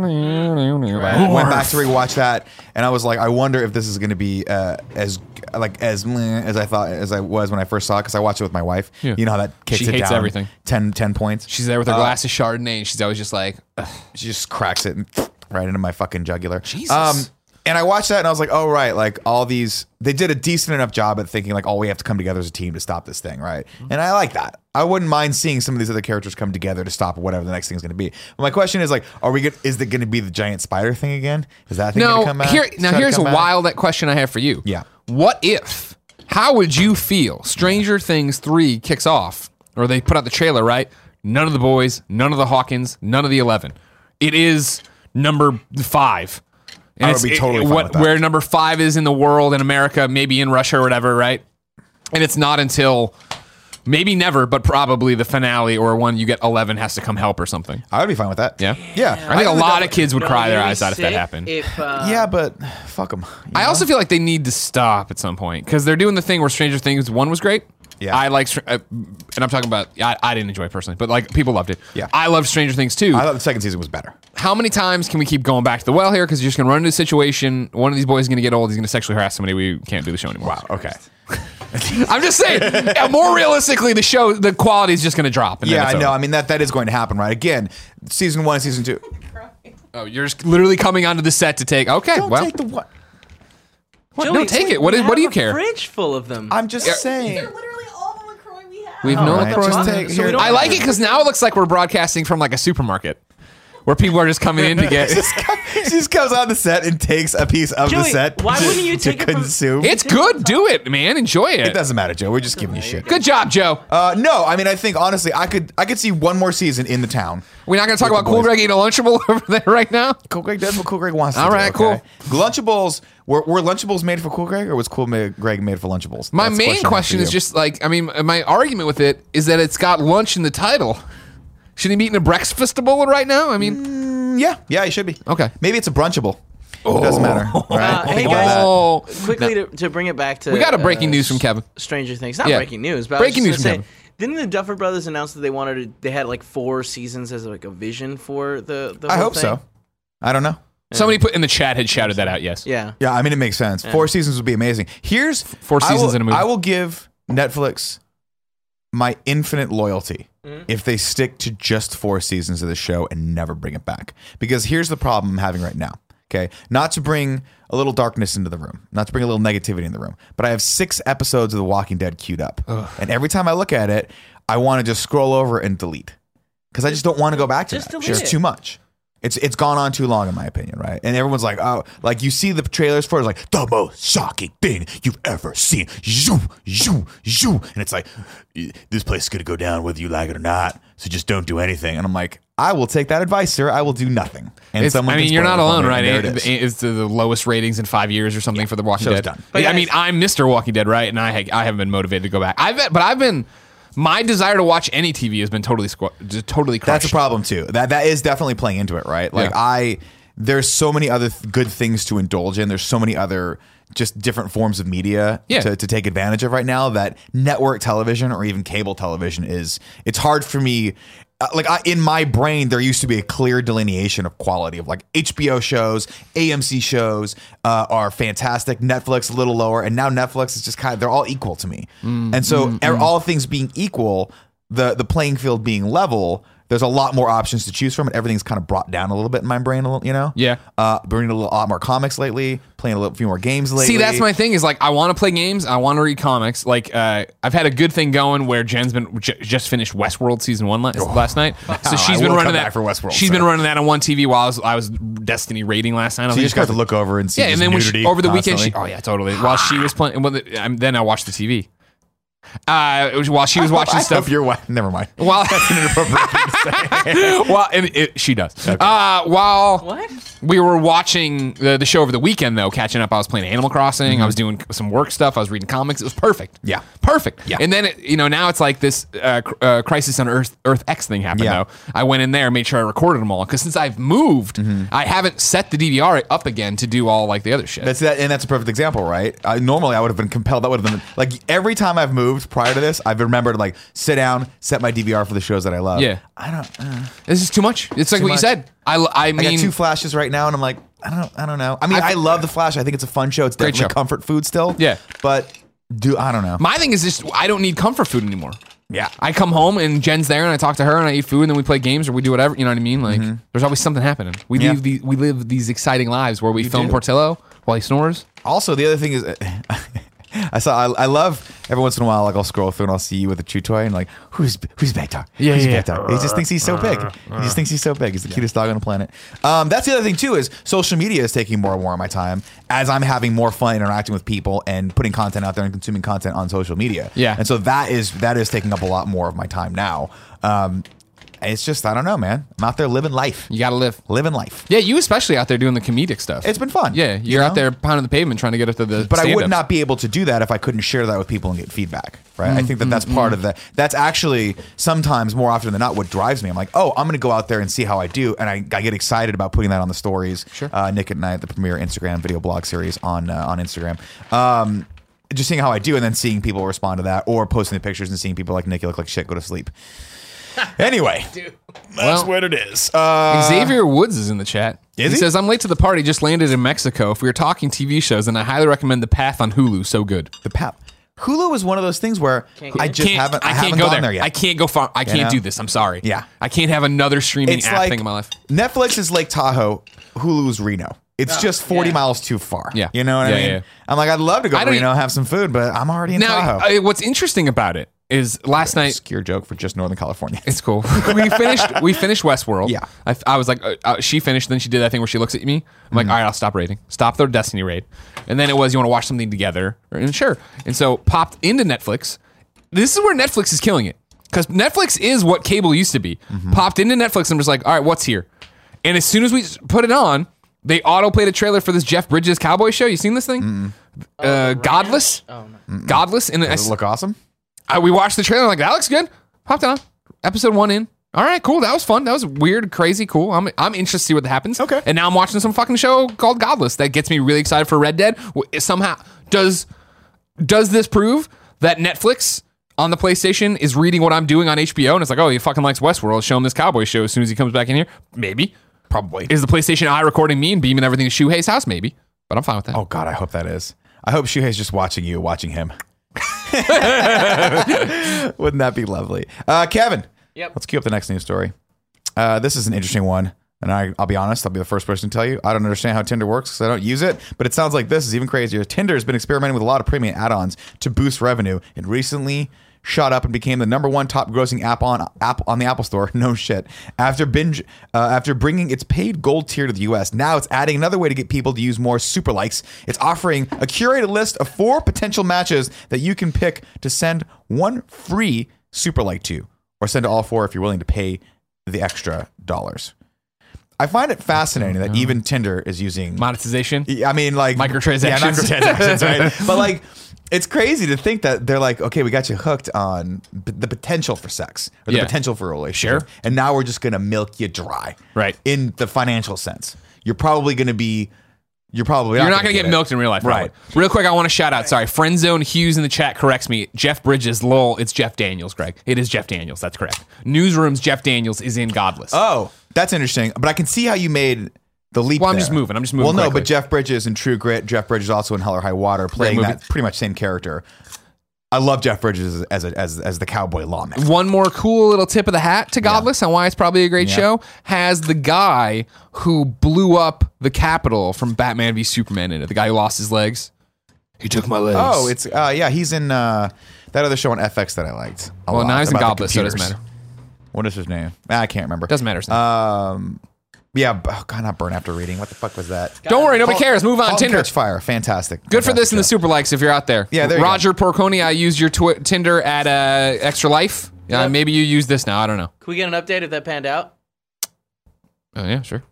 A: I went back to rewatch that, and I was like, I wonder if this is going to be uh, as like as meh as I thought as I was when I first saw it because I watched it with my wife.
B: Yeah.
A: You know how that kicks
B: She
A: it
B: hates
A: down
B: everything.
A: 10, 10 points.
B: she's there with her glass of Chardonnay, and she's always just like, "Ugh,
A: she just cracks it and right into my fucking jugular. Um,
B: Jesus.
A: and I watched that and I was like, oh right, like all these they did a decent enough job at thinking like, oh, we have to come together as a team to stop this thing, right?
B: Mm-hmm.
A: And I like that. I wouldn't mind seeing some of these other characters come together to stop whatever the next thing is going to be. But my question is like, are we? Gonna, is it going to be the giant spider thing again? Is that thing going
B: no.
A: to come out?
B: Here,
A: Try
B: now
A: to
B: here's a
A: come out?
B: wild that question I have for you.
A: Yeah.
B: What if? How would you feel? Stranger Things three kicks off, or they put out the trailer, right? None of the boys, none of the Hawkins, none of the eleven. It is number five. And
A: I would
B: it's-
A: be totally fine
B: what-
A: with that.
B: where number five is in the world in America, maybe in Russia or whatever, right? And it's not until maybe never, but probably the finale or when you get eleven has to come help or something.
A: I would be fine with that.
B: Yeah.
A: Yeah.
B: I think a lot of kids would
C: No,
B: cry their
C: you'd be
B: eyes out if that
C: sick
B: happened.
C: If, uh,
A: Yeah, but fuck them.
B: I also feel like they need to stop at some point because they're doing the thing where Stranger Things one was great.
A: Yeah.
B: I like, Str- uh, and I'm talking about I, I didn't enjoy it personally, but like people loved it.
A: Yeah.
B: I loved Stranger Things too.
A: I thought the second season was better.
B: How many times can we keep going back to the well here? Because you're just gonna run into a situation. One of these boys is gonna get old. He's gonna sexually harass somebody. We can't do the show anymore. Wow.
A: Okay.
B: I'm just saying. yeah, more realistically, the show the quality is just gonna drop. And then
A: Yeah,
B: it's
A: I know.
B: over.
A: I mean that that is going to happen, right? Again, season one, season two.
B: Oh, you're just literally coming onto the set to take. Okay.
A: Don't
B: well,
A: take the one.
B: what?
C: Joey,
B: don't take
C: we-
B: it. What,
C: we
B: is, what do
C: have
B: you
C: a
B: care?
C: Fridge full of them.
A: I'm just
B: Yeah.
A: saying.
E: literally all the LaCroix we have.
B: We've no
A: All right,
B: LaCroix.
A: just
C: on
A: take-
C: it, so we
A: here-
C: don't-
B: I like it because now it looks like we're broadcasting from like a supermarket where people are just coming in to get.
A: she just comes on the set and takes a piece of the
C: Joey,
A: set.
C: why
A: to,
C: wouldn't you
A: to
C: take it from-
A: consume?
B: It's good. Do it, man. Enjoy
A: it
B: it.
A: doesn't matter, Joe. We're just giving you shit.
B: Good job, Joe.
A: Uh, no, I mean I think honestly, I could I could see one more season in the town.
B: We're not going to talk
A: With
B: about
A: the
B: Cool
A: boys.
B: Greg eating a Lunchable over there right now.
A: Cool Greg does what Cool Greg wants. To
B: All
A: do,
B: right,
A: okay? Lunchables were, were Lunchables made for Cool Greg or was Cool Ma- Greg made for Lunchables?
B: My
A: That's the
B: main
A: I have
B: question,
A: for
B: is
A: you.
B: just like, I mean, my argument with it is that it's got lunch in the title. Should he be eating a breakfastable right now? I mean,
A: yeah, yeah, it should be
B: Okay.
A: Maybe it's a brunchable. It doesn't matter. All right,
C: Uh, hey,
A: Think about
C: guys.
A: that.
B: oh,
C: quickly to, to bring it back to
B: we got a
C: uh,
B: breaking news from Kevin.
C: Stranger Things. Not
B: Yeah.
C: breaking news, but breaking
B: Breaking
C: news.
B: news from
C: Say, didn't
B: Kevin.
C: the Duffer Brothers announce that they wanted to, they had like four seasons as like a vision for the? the
A: I
C: whole
A: hope
C: thing?
A: so. I don't know.
B: Somebody put in the chat had shouted that out. Yes.
C: Yeah.
A: Yeah, I mean it makes sense. Four seasons would be amazing. Here's
B: four
A: I will-
B: seasons in a movie.
A: I will give Netflix my infinite loyalty if they stick to just four seasons of the show and never bring it back. Because here's the problem I'm having right now. Okay, not to bring a little darkness into the room, not to bring a little negativity in the room, but I have six episodes of The Walking Dead queued up, and every time I look at it, I want to just scroll over and delete because I just don't want to go back to
C: Just
A: that.
C: delete
A: It's
C: it.
A: too much. It's it's gone on too long, in my opinion, right? And everyone's like, oh, like you see the trailers for it, it's like the most shocking thing you've ever seen, zoo, zoo, zoo, and it's like this place is gonna go down whether you like it or not. So just don't do anything. And I'm like, I will take that advice, sir. I will do nothing. And
B: It's, I
A: someone,
B: mean,
A: can
B: you're
A: spoil it
B: not
A: for
B: alone,
A: me,
B: right?
A: and
B: It,
A: there it is.
B: it's the, the lowest ratings in five years or something for The Walking
A: Show's
B: Dead.
A: done.
B: I mean, I'm Mr. Walking Dead, right? And I ha- I haven't been motivated to go back. I've been, but I've been my desire to watch any TV has been totally squ- just totally crushed.
A: That's a problem too. That that is definitely playing into it, right? Like
B: Yeah.
A: I, there's so many other th- good things to indulge in. There's so many other just different forms of media
B: Yeah.
A: to, to take advantage of right now that network television or even cable television is. It's hard for me. uh, Like I, in my brain, there used to be a clear delineation of quality of like HBO shows, AMC shows uh, are fantastic. Netflix a little lower, and now Netflix is just kind of they're all equal to me.
B: Mm,
A: and so, er- all things being equal, the the playing field being level, there's a lot more options to choose from, and everything's kind of brought down a little bit in my brain, a little, you know.
B: Yeah.
A: uh, been reading a little- lot more comics lately, playing a little, few more games lately.
B: See, that's my thing. Is like I want to play games. I want to read comics. Like uh, I've had a good thing going where Jen's been j- just finished Westworld season one last, last night. So
A: Oh.
B: she's
A: I
B: been
A: will
B: running
A: come
B: that
A: back for Westworld,
B: She's
A: so.
B: been running that on one TV while I was, I was Destiny raiding last night. I was
A: So you
B: like,
A: just got to look over and see.
B: yeah, and
A: just
B: then when she,
A: nudity
B: over the weekend, she,
A: constantly.
B: oh yeah, totally. While she was playing, well, the, um, then I watched the TV. Uh, it was while she was watching
A: I
B: stuff.
A: hope Your wife. Never mind.
B: While well, and it, she does. Uh, while
C: What?
B: we were watching the, the show over the weekend, though, catching up, I was playing Animal Crossing. I was doing some work stuff. I was reading comics. It was perfect.
A: Mm-hmm. Yeah.
B: perfect.
A: Yeah.
B: And then it, you know now it's like this uh, cr- uh, Crisis on Earth Earth X thing happened.
A: Yeah.
B: Though I went in there, made sure I recorded them all because since I've moved,
A: Mm-hmm.
B: I haven't set the DVR up again to do all like the other shit.
A: That's that, and that's a perfect example, right? I, normally, I would have been compelled. That would have been like every time I've moved prior to this, I've remembered like sit down, set my DVR for the shows that I love.
B: Yeah.
A: I don't. Uh,
B: This is too much. It's like
A: Too
B: what
A: much.
B: you said. I, l- I
A: I
B: mean,
A: got two flashes right now, and I'm like, I don't, I don't know. I mean, I, love the Flash. I think it's a fun show. It's
B: Great
A: definitely
B: show.
A: comfort food still.
B: Yeah.
A: but do I don't know.
B: my thing is just I don't need comfort food anymore.
A: yeah,
B: I come home and Jen's there and I talk to her and I eat food and then we play games or we do whatever. You know what I mean? Like there's always something happening. We
A: Mm-hmm. Yeah.
B: live the, we live these exciting lives where we film
A: do.
B: Portillo while he snores.
A: also the other thing is I saw I, I love every once in a while like I'll scroll through and I'll see you with a chew toy and like who's who's Bagtar?
B: Yeah,
A: who's
B: yeah, yeah.
A: Bagtar? He just thinks he's so big. He just thinks he's so big. He's the cutest dog on the planet. Um, that's the other thing too is social media is taking more and more of my time as I'm having more fun interacting with people and putting content out there and consuming content on social media.
B: Yeah.
A: and so that is that is taking up a lot more of my time now. Um, it's just I don't know, man. I'm out there living life,
B: You gotta live.
A: living life.
B: Yeah, you especially out there doing the comedic stuff.
A: It's been fun.
B: yeah, you're
A: you know?
B: out there pounding the pavement trying to get up to the.
A: but I would
B: stand-ups.
A: not be able to do that if I couldn't share that with people and get feedback, right? I
B: Mm-hmm.
A: think that that's part of the. That's actually sometimes more often than not what drives me. I'm like, oh, I'm going to go out there and see how I do, and I, I get excited about putting that on the stories. Sure. Uh, Nick at Night, the premier Instagram video blog series on uh, on Instagram. Um, just seeing how I do, and then seeing people respond to that, or posting the pictures and seeing people like Nicky look like shit, go to sleep. Anyway, that's
B: Well-
A: what it is. Uh,
B: Xavier Woods is in the chat.
A: Is he?
B: he, says, I'm late to the party, just landed in Mexico. If we were talking TV shows, then I highly recommend The Path on Hulu. So good.
A: the pap. Hulu is one of those things where I just
B: Can't-
A: haven't. I, haven't
B: go
A: gone there. yet.
B: I can't go far. I can't
A: know?
B: do this. I'm sorry.
A: Yeah.
B: I can't have another streaming
A: it's
B: app
A: like
B: thing in my life.
A: Netflix is Lake Tahoe, Hulu's Reno. It's just 40 miles too far.
B: Yeah.
A: You know what
B: Yeah,
A: I mean?
B: yeah, yeah.
A: I'm like, I'd love to go
B: I
A: to
B: don't
A: Reno,
B: e-
A: have some food, but I'm already in
B: Now,
A: Tahoe.
B: I, what's interesting about it is last night.
A: Obscure joke for just Northern California.
B: It's cool. we finished. We finished Westworld.
A: Yeah.
B: I, I was like, uh, uh, she finished. Then she did that thing where she looks at me. I'm like, all right, I'll stop raiding. Stop their Destiny raid. And then it was, you want to watch something together? And sure. And so popped into Netflix. This is where Netflix is killing it because Netflix is what cable used to be. Popped into Netflix. I'm just like, all right, what's here? And as soon as we s- put it on, they auto played a trailer for this Jeff Bridges cowboy show. You seen this thing? Uh, Godless.
C: Oh no.
B: Godless. And then I
A: Does
B: s-
A: it look awesome?
B: I, we watched the trailer. Like that looks good. Popped on. Episode one in. All right, cool. That was fun. That was weird, crazy, cool. I'm I'm interested to see what happens.
A: Okay.
B: And now I'm watching some fucking show called Godless that gets me really excited for Red Dead. W- Somehow does does this prove that Netflix on the PlayStation is reading what I'm doing on HBO and it's like, oh, he fucking likes Westworld. Show him this cowboy show as soon as he comes back in here. Maybe.
A: Probably.
B: Is the PlayStation I recording me and beaming everything to Shuhei's house? Maybe. But I'm fine with that.
A: oh, God, I hope that is. I hope Shuhei's just watching you, watching him. Wouldn't that be lovely? Uh, Kevin.
C: Yep.
A: Let's queue up the next news story. Uh, this is an interesting one. And I, I'll be honest, I'll be the first person to tell you, I don't understand how Tinder works because I don't use it. But it sounds like this is even crazier. Tinder has been experimenting with a lot of premium add ons to boost revenue and recently shot up and became the number one top-grossing app on app on the Apple Store. No shit. After binge, uh, after bringing its paid gold tier to the U.S., now it's adding another way to get people to use more super likes. It's offering a curated list of four potential matches that you can pick to send one free super like to, or send to all four if you're willing to pay the extra dollars. I find it fascinating that even Tinder is using
B: Monetization.
A: I mean, like
B: Microtransactions.
A: yeah, microtransactions, right? but like, it's crazy to think that they're like, okay, we got you hooked on p- the potential for sex or the
B: Yeah.
A: potential for a relationship,
B: Sure.
A: and now we're just gonna milk you dry,
B: Right.
A: In the financial sense, you're probably gonna be, you're probably
B: You're not going to get
A: it.
B: milked in real life, probably.
A: Right.
B: Real quick, I want to shout out. Sorry, friend zone Hughes in the chat corrects me. Jeff Bridges, lol. It's Jeff Daniels, Greg. It is Jeff Daniels. That's correct. Newsrooms, Jeff Daniels is in Godless.
A: Oh, that's interesting. But I can see how you made the leap.
B: Well, I'm
A: there.
B: just moving. I'm just moving
A: Well, no,
B: quickly.
A: but Jeff Bridges in True Grit, Jeff Bridges also in Hell or High Water, playing
B: movie.
A: that pretty much same character. I love Jeff Bridges as a, as as the cowboy lawman.
B: One more cool little tip of the hat to Godless and why it's probably a great show has the guy who blew up the Capitol from Batman v Superman in it. The guy who lost his legs. He took my legs.
A: Oh, it's uh, yeah, he's in uh, that other show on FX that I liked. a
B: well
A: lot,
B: now he's in
A: about the
B: Godless, so it doesn't
A: computers.
B: matter.
A: What is his name? Ah, I can't remember.
B: Doesn't matter. It's not-
A: Um, yeah, b- oh, God, not burn after reading. What the fuck was that?
B: Don't worry, nobody
A: Halt-
B: cares. Move on.
A: Halt and
B: Tinder.
A: Catch fire. Fantastic.
B: Good for this
A: Fantastic
B: in the
A: show.
B: super likes if you're out there.
A: Yeah, there you go.
B: Roger Porconi, I used your twi- Tinder at uh, Extra Life. Uh,
C: Yep.
B: maybe you use this now. I don't know.
G: Can we get an update if that panned out?
B: Oh yeah, sure.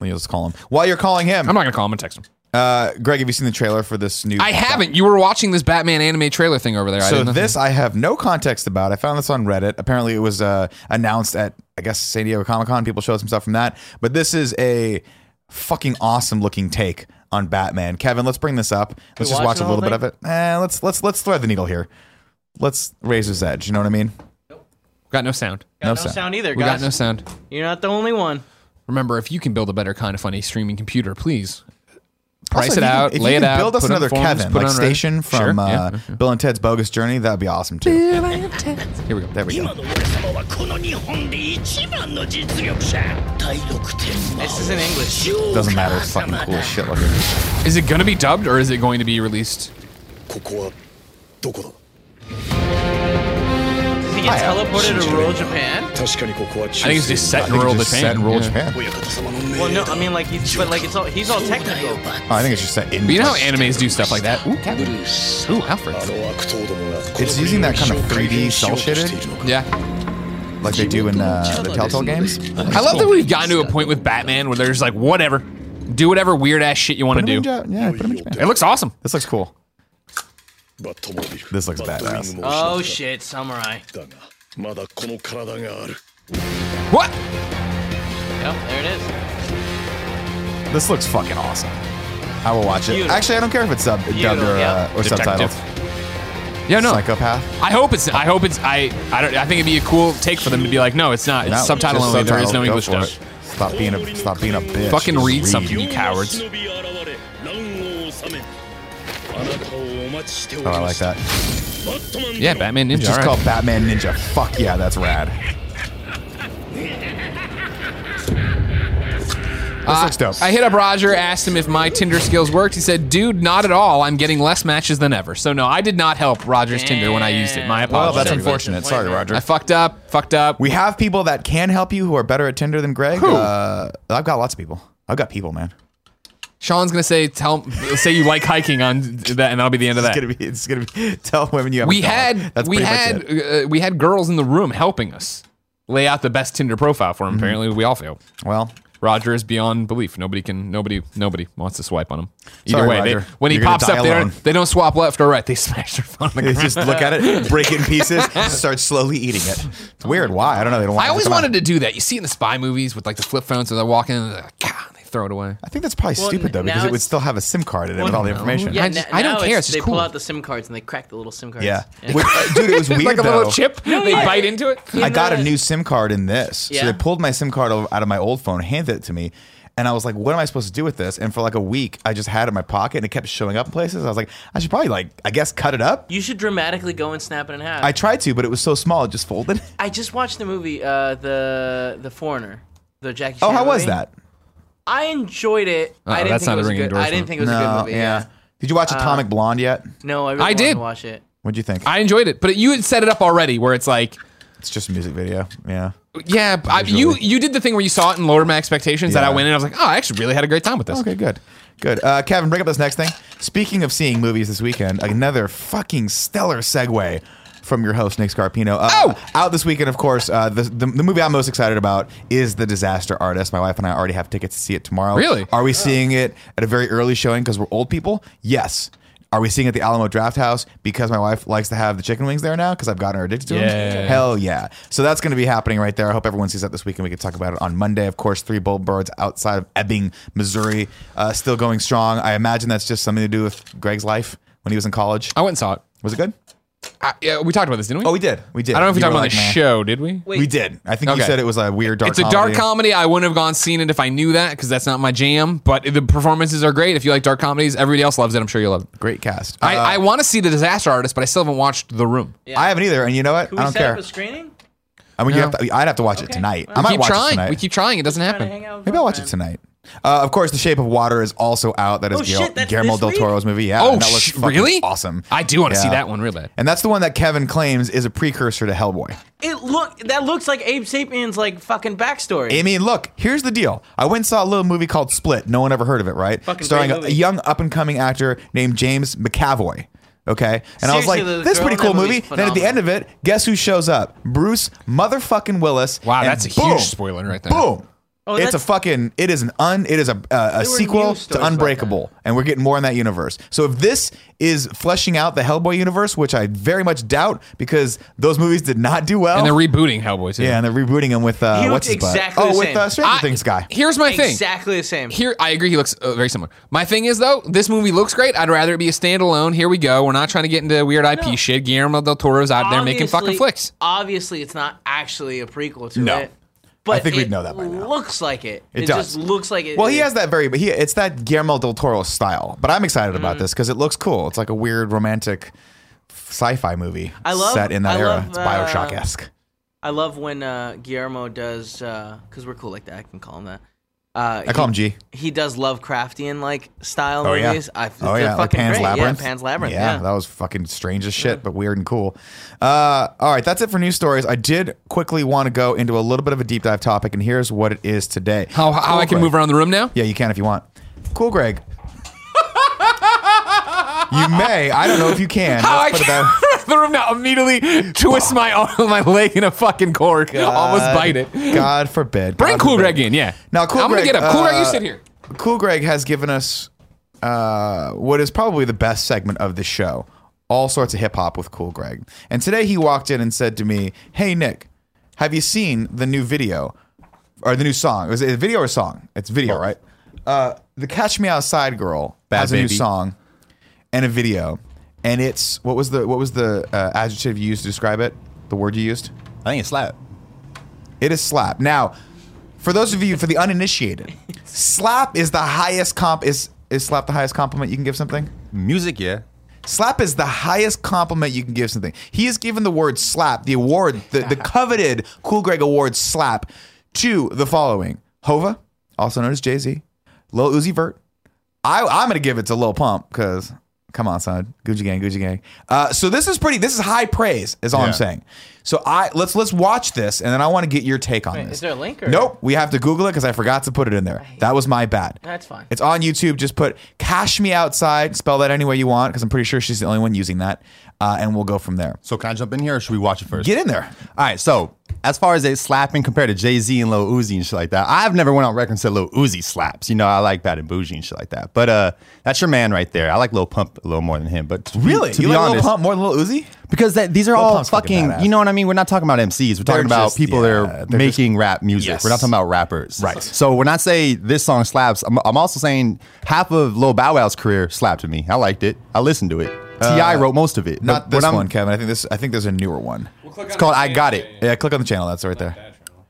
A: Let's call him. While you're calling him,
B: I'm not gonna call him and text him.
A: uh, Greg, have you seen the trailer for this new?
B: I haven't. You were watching this Batman anime trailer thing over there. I
A: So
B: didn't know.
A: this I have no context about. I found this on Reddit. Apparently, it was uh, announced at I guess San Diego Comic Con. People showed some stuff from that. But this is a fucking awesome looking take on Batman. Kevin, let's bring this up. Let's just
G: watching
A: watch a
G: the whole
A: little bit of it. Eh, let's let's let's thread the needle here. Let's razor's edge. You know what I mean?
B: got no sound.
G: Got
A: No
G: no,
A: sound.
G: sound. either,
B: We got
G: guys.
B: no sound.
G: You're not the only one.
B: Remember, if you can build a better kind of funny streaming computer, please price
A: Also, if you
B: it
A: can-
B: out,
A: if
B: lay
A: you
B: it
A: can
B: out.
A: Build us
B: put it on
A: another
B: forums,
A: Kevin,
B: put
A: like
B: it on Reddit.
A: Station from
B: Sure, yeah.
A: uh, Bill and Ted's Bogus Journey. That'd be awesome too.
B: Here we go.
A: There we go.
F: 様はこの日本で一番の実力者第六天
G: This is in English.
A: Doesn't matter. It's fucking cool as shit. Looking.
B: Is it gonna be dubbed or is it going to be released?
F: ここはどこだ
G: Does he get
A: Hiya.
G: teleported to rural Japan?
F: 確かにここは中
B: I think it's just set in rural
A: just set
B: Japan.
A: in rural
B: Yeah.
A: Japan.
F: 親方様の命令
G: Well, no, I mean like he's but like it's all he's all technical.
A: Oh, I think it's just set in.
B: But you know how animes do stuff like that. Ooh, Kevin. Ooh, Alfred.
F: あの悪党どもが
A: It's using that kind of 3D cell shaded?
B: Yeah.
A: like they do in uh, the Telltale games.
B: I love that we've gotten to a point with Batman where there's like whatever, do whatever weird ass shit you want to do.
A: Yeah, put 'em in Japan.
B: It looks awesome.
A: This looks cool.
F: This
A: This looks badass.
G: Oh shit, samurai.
F: だがまだこの体がある
B: What?
G: Yep, there it is.
A: This looks fucking awesome. I will watch it.
G: Beautiful.
A: Actually, I don't care if it's sub- dubbed or, uh,
G: yeah.
A: or subtitled.
B: Yeah, no.
A: Psychopath.
B: I hope it's. I hope it's. I. I don't. I think it'd be a cool take for them to be like, no, it's not. It's
A: No,
B: subtitle
A: just
B: only. There is
A: subtitled.
B: no
A: Go
B: English
A: for
B: dub.
A: it. Stop being a stop being a bitch.
B: Fucking
A: Just
B: read something, you cowards.
A: Oh,
F: 忍び現れ乱を治めあなたをお待ちしており
A: Oh, I
F: ま
A: like
F: した
A: that.
F: バットマン
B: Yeah, Batman Ninja.
A: It's just
B: all right.
A: called Batman Ninja. Fuck yeah, that's rad. This looks dope.
B: Uh, I hit up Roger, asked him if my Tinder skills worked. He said, "Dude, not at all. I'm getting less matches than ever." So no, I did not help Roger's Tinder when I used it. My
A: well,
B: apologies.
A: Oh, that's
B: everybody.
A: unfortunate. Sorry, Roger.
B: I fucked up. Fucked up.
A: We have people that can help you who are better at Tinder than Greg. Uh, I've got lots of people. I've got people, man.
B: Sean's gonna say, "Tell say you like hiking on that," and that'll be the end of that.
A: It's gonna be. It's gonna be. Tell women you have. a
B: we
A: dog.
B: had
A: That's
B: we
A: pretty much
B: had
A: it.
B: uh, we had girls in the room helping us lay out the best Tinder profile for him.
A: Mm-hmm.
B: Apparently, we all failed.
A: Well,
B: Roger is beyond belief. Nobody can nobody nobody wants to swipe on him. Either
A: Sorry,
B: way, they-
A: Roger.
B: when he
A: You're gonna
B: pops up,
A: die
B: they
A: alone.
B: don't, they don't swap left or right. They smash their phone. On the
A: they
B: ground.
A: just look at it, break it in pieces, start slowly eating it. It's weird. Why? I don't know. They don't. Want
B: I
A: it
B: always
A: come
B: wanted
A: out.
B: to do that. You see it in the spy movies with like the flip phones, where they're walking and they're like, "Gah," and they throw it away.
A: I think that's probably
G: Well,
A: stupid though,
G: now
A: because it would
G: it's-
A: still have a SIM card in it
G: Well,
A: with all the
B: no.
A: information. Yeah.
B: Yeah. I
G: n-
B: just- I don't
G: now
B: care, it's just
G: they
B: cool.
G: pull out the SIM cards and they crack the little SIM cards.
A: Which- uh, dude, it was weird
B: like a
A: though.
B: little chip. they bite into it.
A: I got a new SIM card in this. So
G: Yeah.
A: they pulled my SIM card o- out of my old phone, handed it to me, and I was like, "What am I supposed to do with this?" And for like a week, I just had it in my pocket, and it kept showing up in places. I was like, "I should probably like, I guess, cut it up."
G: You should dramatically go and snap it in half.
A: I tried to, but it was so small, it just folded.
G: I just watched the movie, uh, the the Foreigner, the Jackie.
A: Oh,
G: Chan
A: how was
G: movie.
A: that?
G: I enjoyed it. I didn't
B: Oh, that's
G: think
B: not a
G: it was a
B: ringing
G: good. Uh, I
B: endorsement.
G: didn't think it was a good movie. Yeah.
A: Did you watch Atomic Blonde yet?
G: No, I really
B: I
G: wanted
B: did.
G: to watch it.
A: What'd you think?
B: I enjoyed it, but you had set it up already, where it's like,
A: it's just a music video. Yeah.
B: yeah, b- I, you you did the thing where you saw it and lowered my expectations. That I
A: Yeah.
B: went in, I was like, oh, I actually really had a great time with this.
A: Okay, good. Good. Uh, Kevin, bring up this next thing. Speaking of seeing movies this weekend, another fucking stellar segue from your host, Nick Scarpino. Uh,
B: Oh!
A: Out this weekend, of course, uh, the, the, the movie I'm most excited about is The Disaster Artist. My wife and I already have tickets to see it tomorrow.
B: Really? Oh.
A: Are we seeing it at a very early showing because we're old people? Yes. Are we seeing it at the Alamo Draft House because my wife likes to have the chicken wings there now because I've gotten her addicted to
B: Yeah.
A: them? Hell yeah. So that's going to be happening right there. I hope everyone sees that this week and we can talk about it on Monday. Of course, Three Bold Birds outside of Ebbing, Missouri, uh, still going strong. I imagine that's just something to do with Greg's life when he was in college.
B: I went and saw it.
A: Was it good?
B: I, yeah, we talked about this, didn't we?
A: Oh, we did. We did.
B: I don't know if we
A: You
B: talked
A: were
B: about
A: like,
B: the
A: "Meh."
B: show, did we?
A: We did. I think
B: Okay.
A: you said it was a weird dark
B: it's a dark
A: comedy.
B: comedy. I wouldn't have gone seen it if I knew that because that's not my jam. But the performances are great. If you like dark comedies, everybody else loves it. I'm sure you'll love it.
A: Great cast.
B: I,
A: Uh,
B: I want to see the Disaster Artist, but I still haven't watched The Room.
A: I haven't either. And you know what?
G: Can
A: I
G: we
A: don't
G: set
A: care.
G: up a screening?
A: I mean, you have to, I'd have to watch it
G: Okay.
A: tonight.
G: We
A: I might
B: keep
A: watch it
B: trying.
A: tonight.
B: We keep trying. It doesn't
G: Trying to
B: happen.
G: hang out with
A: Maybe
G: my
A: I'll watch it
G: friend.
A: tonight. Uh, of course, The Shape of Water is also out. That is
G: Oh,
A: Guillermo,
G: shit, that's
A: Guillermo
G: this
A: del
G: week?
A: Toro's movie. Yeah,
B: Oh,
A: and that looks
B: sh-
A: fucking
B: really?
A: Awesome.
B: I do want to see
A: Yeah.
B: that one real bad.
A: And that's the one that Kevin claims is a precursor to Hellboy.
G: It look that looks like Abe Sapien's like fucking backstory.
A: I mean, look, here's the deal. I went and saw a little movie called Split. No one ever heard of it, right?
G: Fucking
A: Starring
G: great
A: a, a
G: movie.
A: young up and coming actor named James McAvoy. Okay. And I was like,
G: Seriously, the
A: this is a
G: girl
A: pretty
G: in
A: cool
G: that movie
A: movie.
G: is
A: Then at the
G: phenomenal.
A: end of it, guess who shows up? Bruce motherfucking Willis.
B: Wow,
A: And
B: that's a huge
A: boom,
B: spoiler right there.
A: Boom.
G: Oh,
A: it's
G: that's-
A: a fucking. It is an un. It is a uh, a
G: were
A: sequel
G: news stories
A: to
G: about
A: Unbreakable, and we're getting more in that universe. So if this is fleshing out the Hellboy universe, which I very much doubt because those movies did not do well,
B: And they're rebooting Hellboy too.
A: Oh. yeah, and they're rebooting him with uh,
G: He
A: what's
G: looked
A: his butt?
G: exactly
A: Oh,
G: the
A: with
G: same.
A: uh, Stranger
B: I-
A: Things guy.
B: Here's my thing.
G: exactly the same.
B: Here, I agree. He looks uh, very similar. My thing is though, this movie looks great. I'd rather it be a standalone. Here we go. We're not trying to get into weird IP
G: No.
B: shit. Guillermo del Toro's out there making
G: Obviously-
B: fucking flicks.
G: Obviously, it's not actually a prequel to
A: No.
G: it. But
A: think we'd
G: it
A: know that by now.
G: Looks like it.
A: It
G: It,
A: does.
G: just looks like it.
A: Well, he has that very, but he it's that Guillermo del Toro style. But I'm excited
G: Mm.
A: about this because it looks cool. It's like a weird romantic sci-fi movie
G: I love-
A: set in that
G: I
A: era.
G: love, uh,
A: it's Bioshock esque.
G: I love when uh, Guillermo does because we're cool like that. I can call him that. Uh,
A: I call him G.
G: He does Lovecraftian like style
A: Oh yeah.
G: movies. I,
A: oh
G: they're
A: yeah. Like
G: fucking
A: Pan's
G: great.
A: Labyrinth.
G: Yeah, Pan's Labyrinth.
A: Yeah,
G: Yeah.
A: that was fucking strange as shit, but weird and cool. Uh, all right, that's it for news stories. I did quickly want to go into a little bit of a deep dive topic, and here's what it is today.
B: How, how I can
A: Cool,
B: move
A: Greg.
B: around the room now?
A: Yeah, you can if you want. Cool, Greg. you may. I don't know if you can.
B: How I
A: Let's put it
B: can
A: that-
B: the room now immediately twist my arm, my leg in a fucking cork, almost bite it.
A: God forbid.
B: Bring
A: God
B: Cool
A: forbid.
B: Greg in, yeah.
A: Now, Cool
B: I'm
A: Greg.
B: gonna get up. Cool Greg, you
A: uh,
B: sit here.
A: Cool Greg has given us uh, what is probably the best segment of the show all sorts of hip hop with Cool Greg. And today he walked in and said to me, Hey, Nick, have you seen the new video or the new song? Is it a video or song? It's video, right? Uh, the Catch Me Outside girl has a new
B: Baby.
A: song and a video. And it's what was the what was the uh, adjective you used to describe it? The word you used?
H: I think it's slap.
A: It is slap. Now, for those of you for the uninitiated, slap is the highest comp is is slap the highest compliment you can give something?
H: Music, yeah.
A: Slap is the highest compliment you can give something. He has given the word slap, the award, the, the coveted Cool Greg Award slap to the following. Hova, also known as Jay-Z, Lil Uzi Vert. I, I'm gonna give it to Lil Pump, because come on, son. Gucci gang, Gucci gang. Uh, so this is pretty this is high praise, is all I'm
H: Yeah.
A: saying. So I let's let's watch this and then I want to get your take on this.
G: Is there a link? Or?
A: Nope, we have to Google it because I forgot to put it in there. That was my bad.
G: That's fine.
A: It's on YouTube. Just put "Cash Me Outside." Spell that any way you want because I'm pretty sure she's the only one using that, uh, and we'll go from there.
H: So can I jump in here or should we watch it first?
A: Get in there.
H: All right, so as far as they slapping compared to Jay Z and Lil Uzi and shit like that, I've never went on record and said Lil Uzi slaps. You know, I like Bad and Bougie and shit like that. But uh, that's your man right there. I like Lil Pump a little more than him. But to be-
A: Really?
H: to
A: you
H: be
A: like
H: honest,
A: Lil Pump more than Lil Uzi?
H: because that, these are
A: Lil
H: all
A: Pump's fucking
H: fucking,
A: badass.
H: you know what I mean? We're not talking about MCs. We're talking
A: They're
H: about
A: just-
H: people
A: yeah,
H: that are
A: they're
H: making rap music.
A: Yes.
H: We're not talking about rappers.
A: Right.
H: So when I say this song slaps, I'm, I'm also saying half of Lil Bow Wow's career slapped to me. I liked it. I listened to it. Ti wrote most of it.
A: Uh, Not
H: But when
A: this
H: I'm-
A: one, Kevin. I think this. I think there's a newer one.
H: It's called I Got It.
A: Yeah, click on the channel. That's right there.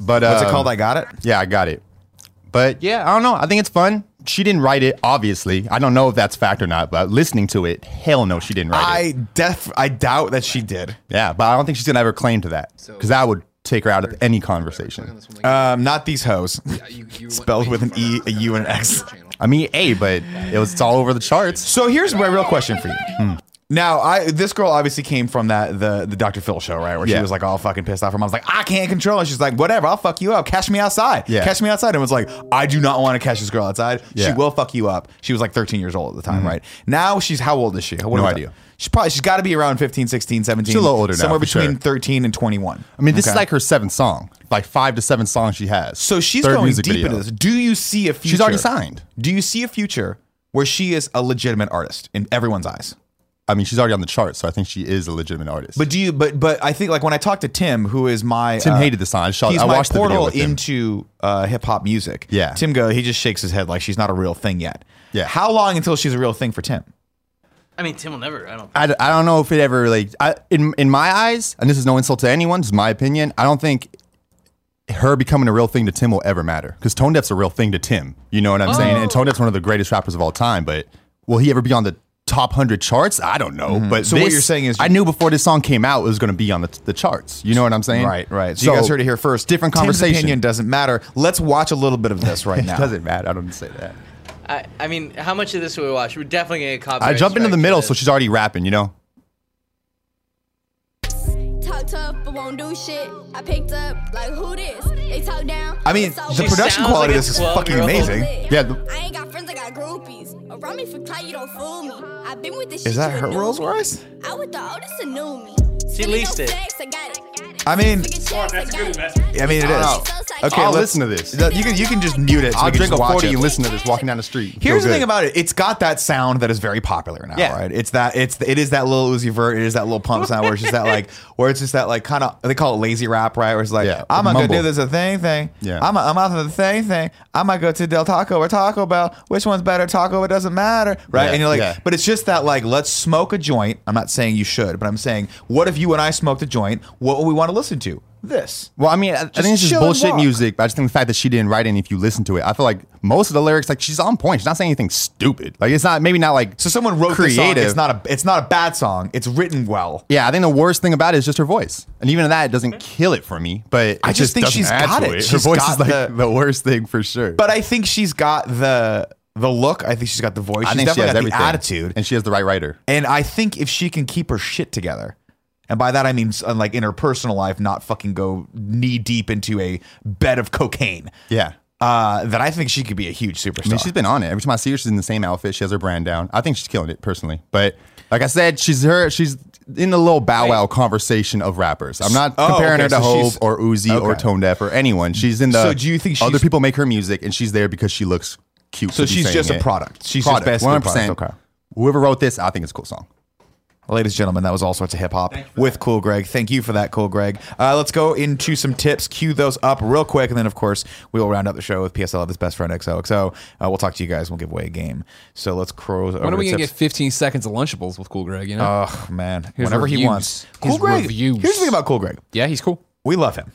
H: But
A: What's
H: uh,
A: it called? I got it.
H: Yeah, I got it. But yeah, I don't know. I think it's fun. She didn't write it, obviously. I don't know if that's fact or not, but listening to it, hell no, she didn't write it.
A: I def. I doubt that she did.
H: Yeah, but I don't think she's gonna ever claim to that because that would take her out of any conversation.
A: Um, not these hoes. Spelled with an E, a U, and an X.
H: I mean, a, but it was it's all over the charts. Hmm.
A: So here's my real question for you. Now, I this girl obviously came from that the the Dr. Phil show, right? Where she
H: Yeah.
A: was like all fucking pissed off. Her mom's like, I can't control her. She's like, whatever, I'll fuck you up. Catch me outside.
H: Yeah.
A: Catch me outside. And was like, I do not want to catch this girl outside. She
H: Yeah. Hmm.
A: will fuck you up. She was like 13 years old at the time, right? Now she's how old is she? What are
H: No
A: we
H: idea.
A: talking- She's probably she's got to be around 15, 16, 17.
H: She's a little older now,
A: somewhere
H: for
A: between
H: sure.
A: 13 and 21.
H: I mean, this is like her seventh song, like five to seven songs she has.
A: So she's
H: Third
A: going
H: music
A: deep into this. Do you see a future?
H: She's already signed.
A: Do you see a future where she is a legitimate artist in everyone's eyes?
H: I mean, she's already on the chart, so I think she is a legitimate artist.
A: But do you? But but I think like when I talked to Tim, who is my uh,
H: Tim hated the song. I, saw,
A: he's
H: I
A: my
H: watched the video
A: portal
H: with him.
A: into uh, hip hop music.
H: Yeah.
A: Tim go. He just shakes his head like she's not a real thing yet.
H: Yeah.
A: How long until she's a real thing for Tim?
G: I mean, Tim will never. I don't.
H: I, d- I don't know if it ever like I, in in my eyes, and this is no insult to anyone, this is my opinion. I don't think her becoming a real thing to Tim will ever matter because Tone Deaf's a real thing to Tim. You know what I'm
A: Oh.
H: saying? And Tone Deaf's one of the greatest rappers of all time. But will he ever be on the top hundred charts? I don't know.
A: Mm-hmm.
H: But
A: So what
H: this-
A: you're saying is-
H: I knew before this song came out it was going to be on the, the charts. You know what I'm saying?
A: Right, right. So, you guys heard it here first.
H: Different
A: Tim's
H: conversation.
A: opinion doesn't matter. Let's watch a little bit of this right
H: It
A: now.
H: doesn't matter. I don't say that.
G: I, I mean, how much of this do we watch? We're definitely gonna get copyright.
H: I jump into
G: strike
H: the
G: for
H: middle,
G: this.
H: so she's already rapping. You know?
I: Talk tough, but won't do shit. I picked up, like, who this? They talk down.
A: I mean,
I: it's all
A: the
I: good.
A: production
G: sounds
A: quality
G: like
A: of this is
G: a
A: fucking
G: 12-year-old.
A: amazing.
H: Yeah, the-
I: I ain't got friends, I got groupies. Around me for clout, you don't fool me. I've been with this
A: Is
I: shit,
A: that
I: you
A: her
I: knew
A: Rolls
I: me.
A: Royce?
I: I with the oldest and knew me.
G: She
I: Really no
G: leased it.
I: facts, I got it.
A: I mean-
I: Oh, that's good,
A: I mean, it is.
I: Wow.
A: Okay,
H: I'll
A: let's-
H: listen to this.
A: th- You can you can just mute it. so
H: I'll
A: we can
H: drink
A: just
H: a
A: watch
H: forty
A: it.
H: and listen to this walking down the street.
A: Here's
H: Feel
A: the
H: good.
A: thing about it. It's got that sound that is very popular now,
H: Yeah.
A: right? It's that it's it's that little Uzi Vert. It is that little pump sound where it's just that like where it's just that like kind of they call it lazy rap, right? Where it's like
H: Yeah,
A: I'm gonna go
H: mumble.
A: do this a thing thing.
H: Yeah.
A: I'm a, I'm out of the thing thing. I'm gonna go to Del Taco or Taco Bell. Which one's better? Taco. It doesn't matter, right?
H: Yeah,
A: and you're like,
H: yeah.
A: but it's just that like let's smoke a joint. I'm not saying you should, but I'm saying what if you and I smoked a joint? What would we want to listen to? This.
H: Well, I mean, I, I think it's just
A: chill and
H: bullshit
A: walk.
H: music. But I just think the fact that she didn't write any. If you listen to it, I feel like most of the lyrics, like she's on point. She's not saying anything stupid. Like it's not maybe not like
A: So someone wrote this song. It's not a it's not a bad song. It's written well.
H: yeah, I think the worst thing about it is just her voice, and even that it doesn't kill it for me. But it
A: I just think
H: doesn't
A: she's
H: add
A: got
H: to
A: it.
H: Her
A: She's
H: voice
A: got
H: is like
A: the-
H: the, worst thing for sure.
A: But I think she's got the the look. I think she's got the voice. She's
H: I think she
A: definitely got
H: has everything,
A: the attitude. And,
H: and she has the right writer.
A: I think if she can keep her shit together, and by that I mean s- like in her personal life, not fucking go knee deep into a bed of cocaine.
H: Yeah.
A: Uh, that I think she could be a huge
H: I
A: superstar.
H: mean, she's been on it. Every time I see her, she's in the same outfit. She has her brand down. I think she's killing it personally. But like I said, she's her. She's in the little Bow Wow conversation of rappers. I'm not
A: Oh,
H: comparing
A: okay,
H: her to
A: so she's-
H: Hove or Uzi or
A: okay.
H: Tone Deaf or anyone. She's in the.
A: So do you think she's-
H: other people make her music and she's there because she looks cute?
A: So
H: to be
A: she's
H: saying
A: just a
H: it.
A: product. She's just basically a product, okay.
H: Whoever wrote this, I think it's a cool song.
A: Ladies and gentlemen, that was all sorts of hip hop with Cool Greg. Thank you for that, Cool Greg. Uh, let's go into some tips. Cue those up real quick, and then of course we will round out the show with PSL of his best friend XOXO. Uh, we'll talk to you guys. We'll give away a game. So let's crow.
B: When are we gonna get 15 seconds of Lunchables with Cool Greg? You know?
A: Oh man,
B: His
A: whenever he
B: reviews.
A: wants.
B: His
A: Cool Greg.
B: reviews.
A: Here's the thing about Cool Greg.
B: yeah, he's cool.
A: We love him.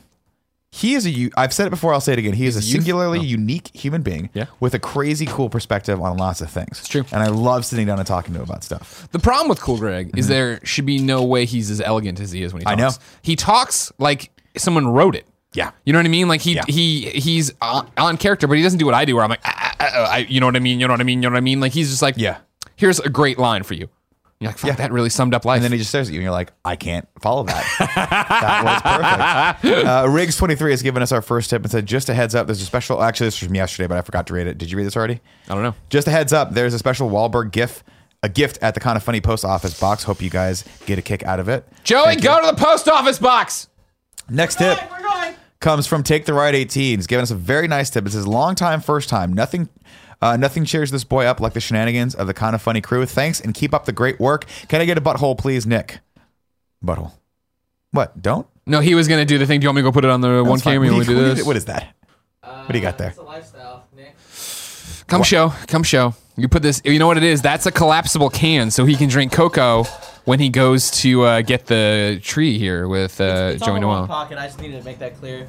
A: He is a. u- I've said it before. I'll say it again. He is a
B: a youth?
A: singularly unique human being
B: Yeah.
A: with a crazy cool perspective on lots of things. It's
B: true.
A: and I love sitting down and talking to him about stuff.
B: The problem with Cool Greg is there should be no way he's as elegant as he is when he talks.
A: Mm-hmm. I know.
B: He talks like someone wrote it.
A: Yeah.
B: You know what I mean? Like he
A: Yeah.
B: he he's on, on character, but he doesn't do what I do where I'm like, ah, ah, ah, I, you know what I mean? You know what I mean? You know what I mean? Like he's just like,
A: Yeah.
B: here's a great line for you. You're like, fuck, that really summed up life.
A: And then he just stares at you, and you're like, I can't follow that. that was perfect. Uh, Riggs twenty three has given us our first tip and said, just a heads up. There's a special. Actually, this was from yesterday, but I forgot to read it. Did you read this already?
B: I don't know.
A: Just a heads up, there's a special Wahlberg gift, a gift at the kind of funny post office box. Hope you guys get a kick out of it.
B: Joey, go to the post office box.
A: Next tip comes from Take the Ride 18. He's giving us a very nice tip. It says, long time, first time. Nothing. Uh, nothing cheers this boy up like the shenanigans of the kind of funny crew. Thanks and keep up the great work. Can I get a butthole, please, Nick? Butthole. What? Don't?
B: No, he was gonna do the thing. Do you want me to go put it on the one
A: That's fine.
B: camera? You
A: What
B: want
A: do
B: me
A: you-
B: to
A: what do you-
B: do this?
A: What is that? What do you got there?
G: lifestyle, Nick.
B: Come show, come show. You put this. You know what it is? That's a collapsible can, so he can drink cocoa when he goes to uh, get the tree here with uh,
G: It's all
B: Joey
G: in my
B: Noel.
G: pocket. I just needed to make that clear.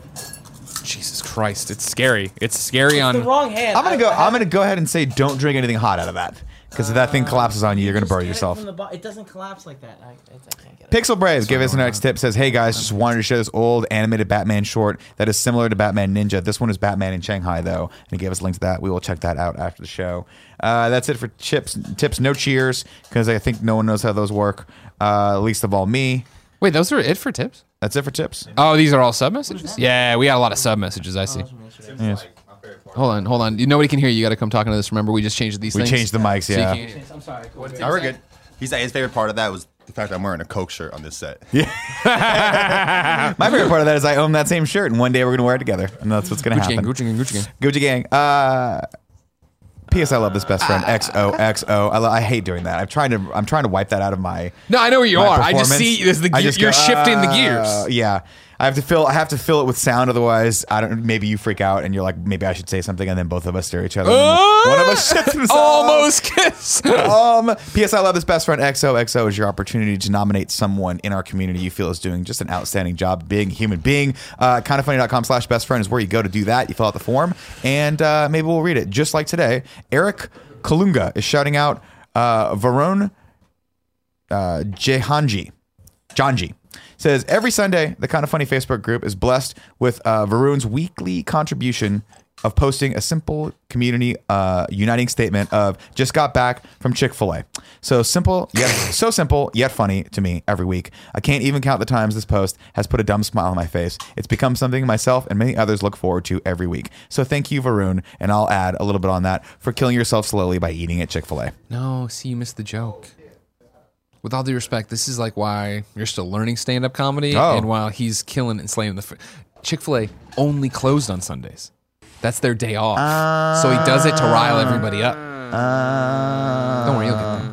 B: Jesus Christ, it's scary. It's scary
G: The
B: on.
G: wrong hand.
A: I'm gonna
G: I-
A: go.
G: I
A: I'm gonna go ahead and say, don't drink anything hot out of that. Because if that thing collapses on you, you're gonna
J: Just
A: burn
J: get it
A: yourself.
J: from the bo- it doesn't collapse like that. I, it's- I can't get it.
A: Pixel Braves gave us the next tip. Says, "Hey guys, just wanted to share this old animated Batman short that is similar to Batman Ninja. This one is Batman in Shanghai, though." And he gave us a link to that. We will check that out after the show. Uh, that's it for chips tips. No cheers because I think no one knows how those work. Uh, least of all me.
B: Wait, those were it for tips?
A: That's it for tips.
B: Oh, these are all sub messages? Yeah, we got a lot of sub messages. I
J: Oh,
B: see. Hold on, hold on. Nobody can hear you. You got to come talking to this. Remember, we just changed these
A: We
B: things.
A: changed the mics.
B: So you
A: Yeah.
B: can't hear.
J: I'm sorry. Go ahead.
H: Oh, we're good. He's like, his favorite part of that was the fact that I'm wearing a Coke shirt on this set.
A: My favorite part of that is I own that same shirt, and one day we're gonna wear it together, and that's what's gonna
B: Gucci gang,
A: happen.
B: Gucci gang, Gucci gang.
A: Gucci Gang. Uh, P.S. I love this best friend. XOXO. I, lo- I hate doing that. I'm trying to. I'm trying to wipe that out of my.
B: No, I know where you
A: my
B: are. I just
A: performance.
B: see there's the
A: I
B: ge-
A: just
B: you're
A: go,
B: shifting the
A: "Ah,"
B: gears.
A: Yeah, I have to fill. I have to fill it with sound. Otherwise, I don't. Maybe you freak out and you're like, maybe I should say something, and then both of us stare at each other. and one of us shits themselves.
B: Uh, Almost kiss.
A: Um, P.S. I love this best friend. XOXO is your opportunity to nominate someone in our community you feel is doing just an outstanding job being a human being. Uh, kindoffunny.com slash best friend is where you go to do that. You fill out the form and uh, maybe we'll read it. Just like today, Eric Kalunga is shouting out uh, Varone uh, Jehanji. Janji says every Sunday the kind of funny Facebook group is blessed with uh, Varun's weekly contribution of posting a simple community uh, uniting statement of just got back from Chick Fil A. So simple yet so simple yet funny to me every week. I can't even count the times this post has put a dumb smile on my face. It's become something myself and many others look forward to every week. So thank you Varun, and I'll add a little bit on that for killing yourself slowly by eating at Chick Fil A.
B: No, see, you missed the joke. With all due respect, this is like why you're still learning stand up comedy.
A: Oh.
B: And while he's killing and slaying the. Fr- Chick fil A only closed on Sundays. That's their day off. so he does it to rile everybody up.
A: Ah.
B: Don't worry, you'll get there.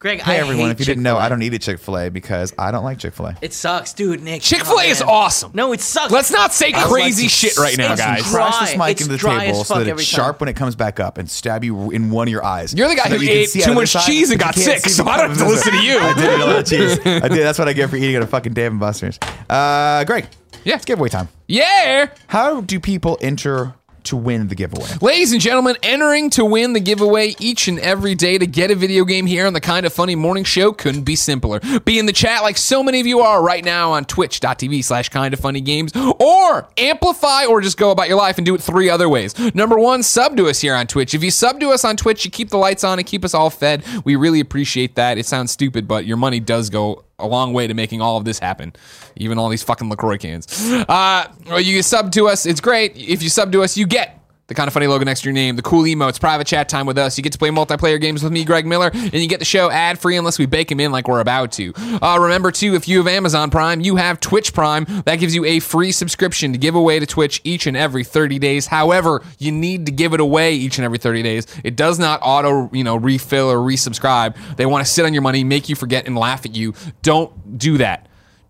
G: Greg,
A: Hey
G: I
A: everyone,
G: hate
A: if you didn't know,
G: Chick-fil-A.
A: I don't eat at Chick Fil A because I don't like Chick Fil A.
G: It sucks, dude. Nick.
B: Chick fil A
G: oh,
B: is
G: man.
B: awesome.
G: No, it sucks.
B: Let's not say
G: I like
B: crazy
G: it.
B: shit right now,
G: It's
B: guys.
G: dry.
A: Crash this mic
G: It's
A: into the
G: dry
A: table
G: as
A: so
G: fuck
A: that
G: every
A: it's sharp
G: time.
A: when it comes back up and stab you in one of your eyes.
B: You're the guy
A: So that
B: who
A: you can
B: ate
A: see out
B: too
A: of the
B: much
A: side,
B: cheese and
A: but
B: got
A: you can't
B: sick,
A: see
B: so I don't have to
A: out of
B: listen
A: the-
B: to you.
A: I did eat a lot of cheese. I did. That's what I get for eating at a fucking Dave and Buster's. Uh, Greg,
B: Yeah.
A: it's giveaway time.
B: Yeah.
A: How do people enter to win the giveaway?
B: Ladies and gentlemen, entering to win the giveaway each and every day to get a video game here on the Kind of Funny Morning Show couldn't be simpler. Be in the chat like so many of you are right now on twitch.tv slash kind of funny games, or amplify or just go about your life and do it three other ways. Number one, sub to us here on Twitch. If you sub to us on Twitch, you keep the lights on and keep us all fed. We really appreciate that. It sounds stupid, but your money does go a long way to making all of this happen. Even all these fucking LaCroix cans. Uh, well, you sub to us, it's great. If you sub to us, you get the kind of funny logo next to your name, the cool emotes, private chat time with us. You get to play multiplayer games with me, Greg Miller, and you get the show ad free unless we bake him in like we're about to. Uh, remember, too, if you have Amazon Prime, you have Twitch Prime. That gives you a free subscription to give away to Twitch each and every 30 days. However, you need to give it away each and every 30 days. It does not auto, you know, refill or resubscribe. They want to sit on your money, make you forget, and laugh at you. Don't do that.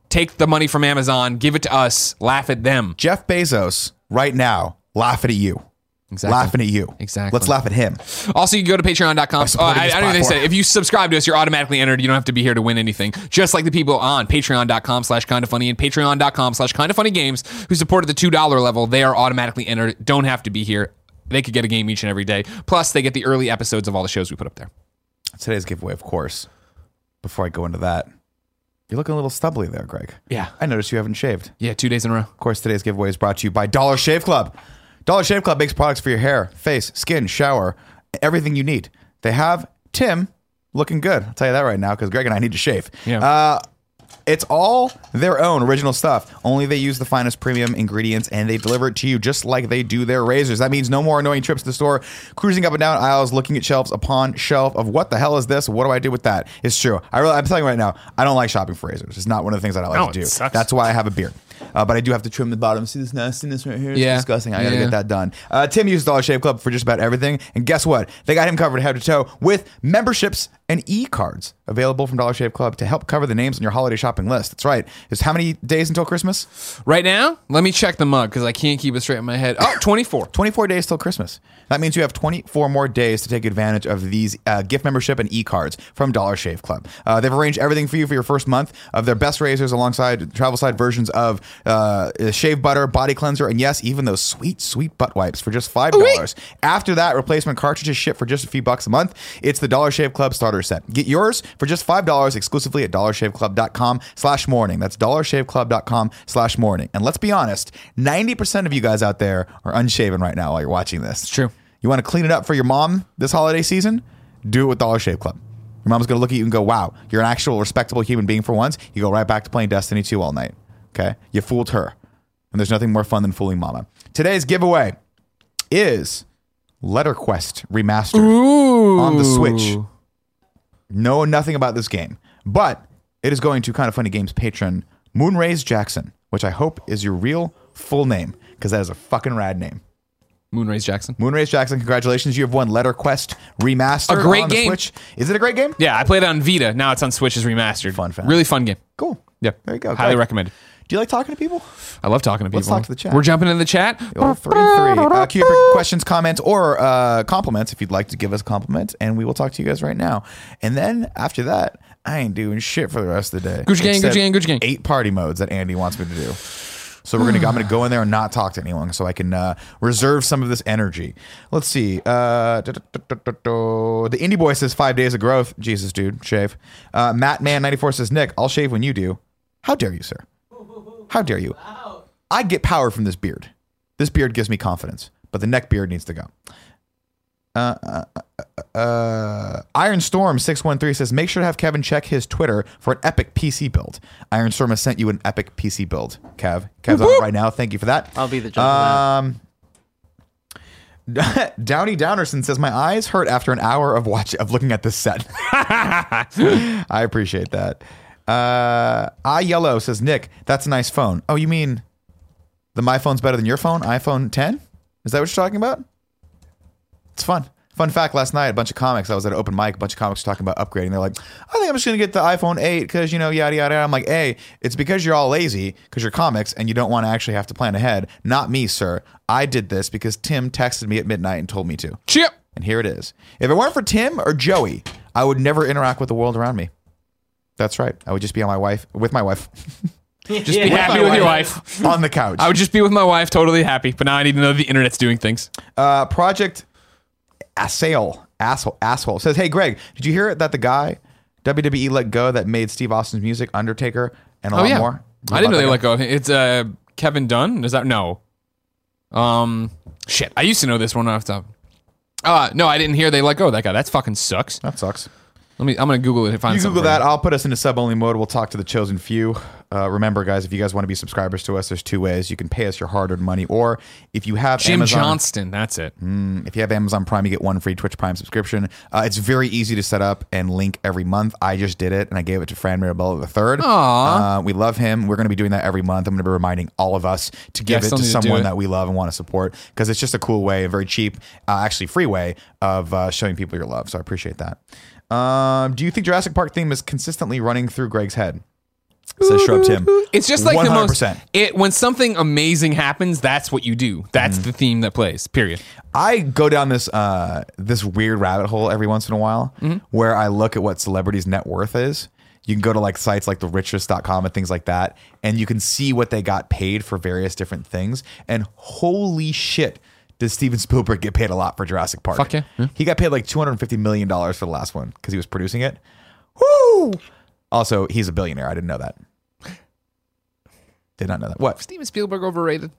B: Take the money from Amazon, give it to us, laugh at them.
A: Jeff Bezos, right now, laughing at you.
B: Exactly.
A: Laughing at you.
B: Exactly.
A: Let's laugh at him.
B: Also, you can go to patreon.com. Oh,
A: supporting
B: I, I
A: this
B: don't even think they
A: platform.
B: said. If you subscribe to us, you're automatically entered. You don't have to be here to win anything. Just like the people on patreon.com slash kind of funny and patreon.com slash kind of funny games who supported the $2 level, they are automatically entered. Don't have to be here. They could get a game each and every day. Plus, they get the early episodes of all the shows we put up there.
A: Today's giveaway, of course. Before I go into that, you're looking a little stubbly there, Greg.
B: Yeah.
A: I noticed you haven't shaved.
B: Yeah, two days in a row.
A: Of course, today's giveaway is brought to you by Dollar Shave Club. Dollar Shave Club makes products for your hair, face, skin, shower, everything you need. They have Tim looking good. I'll tell you that right now because Greg and I need to shave.
B: Yeah.
A: Uh, it's all their own original stuff. Only they use the finest premium ingredients and they deliver it to you just like they do their razors. That means no more annoying trips to the store, cruising up and down aisles, looking at shelves upon shelf of what the hell is this? What do I do with that? It's true. I really, I'm telling you right now, I don't like shopping for razors. It's not one of the things that I like
B: No,
A: to do.
B: it sucks.
A: That's why I have a beard. Uh, but I do have to trim the bottom. See this nastiness right here? It's
B: Yeah.
A: disgusting. I gotta
B: Yeah.
A: get that done. Uh, Tim uses Dollar Shave Club for just about everything. And guess what? They got him covered head to toe with memberships and e-cards available from Dollar Shave Club to help cover the names on your holiday shopping list. That's right. It's how many days until Christmas?
B: Right now, let me check the mug because I can't keep it straight in my head. Oh, 24.
A: 24 days till Christmas. That means you have 24 more days to take advantage of these uh, gift membership and e-cards from Dollar Shave Club. Uh, they've arranged everything for you for your first month of their best razors alongside travel side versions of uh, shave butter, body cleanser, and yes, even those sweet, sweet butt wipes for just $5. After that, replacement cartridges ship for just a few bucks a month. It's the Dollar Shave Club starter set. Get yours for just $5 exclusively at dollarshaveclub.com slash morning. That's dollarshaveclub.com slash morning. And let's be honest, 90% of you guys out there are unshaven right now while you're watching this. It's
B: true.
A: You want to clean it up for your mom this holiday season? Do it with Dollar Shave Club. Your mom's going to look at you and go, wow, you're an actual respectable human being for once. You go right back to playing Destiny 2 all night. Okay? You fooled her. And there's nothing more fun than fooling mama. Today's giveaway is Letter Quest Remastered on the Switch. Know nothing about this game, but it is going to Kind of Funny Games patron Moonrays Jackson, which I hope is your real full name because that is a fucking rad name.
B: Moonrays Jackson.
A: Moonrays Jackson, congratulations! You have won Letter Quest Remastered.
B: A great
A: on the
B: game.
A: Switch. Is it a great game?
B: Yeah, I played it on Vita. Now it's on Switch as remastered.
A: Fun fact.
B: Really fun game.
A: Cool.
B: Yeah.
A: There you go.
B: Highly
A: Great.
B: recommended.
A: Do you like talking to people?
B: I love talking to people.
A: Let's talk to the chat.
B: We're jumping in the chat.
A: Well, three, three. Uh, cue up your questions, comments, or uh, compliments if you'd like to give us compliments, and we will talk to you guys right now. And then after that, I ain't doing shit for the rest of the day.
B: Gucci gang,
A: Except
B: Gucci gang, Gucci gang.
A: Eight party modes that Andy wants me to do. So we're gonna. I'm gonna go in there and not talk to anyone, so I can uh, reserve some of this energy. Let's see. Uh, da- da- da- da- da- da. the indie boy says five days of growth. Jesus, dude, shave. Uh, Matt man 94 says Nick, I'll shave when you do. How dare you, sir? How dare you? I get power from this beard. This beard gives me confidence, but the neck beard needs to go. Uh, uh, uh, uh, Iron Storm six one three says, make sure to have Kevin check his Twitter for an epic PC build. Iron Storm has sent you an epic PC build, Kev. Kev's on it right now. Thank you for that.
G: I'll be the judge. of
A: Um, Downey Downerson says, "My eyes hurt after an hour of watch of looking at this set." I appreciate that. Uh, I yellow says, "Nick, that's a nice phone." Oh, you mean the my phone's better than your phone? iPhone 10? Is that what you're talking about? It's fun. Fun fact: Last night, a bunch of comics. I was at an open mic. A bunch of comics were talking about upgrading. They're like, "I think I'm just gonna get the iPhone 8 because you know, yada yada." yada." I'm like, "Hey, it's because you're all lazy because you're comics and you don't want to actually have to plan ahead." Not me, sir. I did this because Tim texted me at midnight and told me to.
B: Chip.
A: And here it is. If it weren't for Tim or Joey, I would never interact with the world around me. That's right. I would just be on my wife with my wife
B: Just be happy with your wife.
A: on the couch.
B: I would just be with my wife, totally happy. But now I need to know the internet's doing things.
A: Uh, Project Assail, asshole, asshole says, "Hey Greg, did you hear that the guy WWE let go that made Steve Austin's music, Undertaker, and a
B: Oh
A: lot
B: yeah,
A: more?"
B: I didn't know they
A: About
B: let go. of him. It's uh, Kevin Dunn. Is that no? Um, shit. I used to know this one off the top. Uh, no, I didn't hear they let go of that guy. That fucking sucks.
A: that. That sucks.
B: Let me. I'm gonna Google it. and Find
A: You Google
B: something for
A: that. I'll put us into sub only mode. We'll talk to the chosen few. Uh, remember, guys, if you guys want to be subscribers to us, there's two ways. You can pay us your hard earned money, or if you have
B: Jim
A: Amazon, Mm-hmm.
B: Johnston. That's it.
A: If you have Amazon Prime, you get one free Twitch Prime subscription. Uh, it's very easy to set up and link every month. I just did it, and I gave it to Fran Mirabella the third. Uh, we love him. We're going to be doing that every month. I'm going to be reminding all of us to
B: Yeah, I
A: give it
B: still
A: to
B: need to do
A: someone
B: it.
A: that we love and want to support because it's just a cool way, a very cheap, uh, actually free way of uh, showing people your love. So I appreciate that. Um, do you think Jurassic Park theme is consistently running through Greg's head? Says Shrub Tim.
B: It's just like the
A: 100%.
B: most. It when something amazing happens, that's what you do. That's
A: Mm-hmm.
B: the theme that plays. Period.
A: I go down this uh, this weird rabbit hole every once in a while
B: Mm-hmm.
A: where I look at what celebrities' net worth is. You can go to like sites like therichest.com and things like that, and you can see what they got paid for various different things. And holy shit, does Steven Spielberg get paid a lot for Jurassic Park?
B: Fuck yeah. Yeah.
A: He got paid like $250 million for the last one because he was producing it. Woo! Also, he's a billionaire. I didn't know that. Did not know that. What?
B: Steven Spielberg overrated.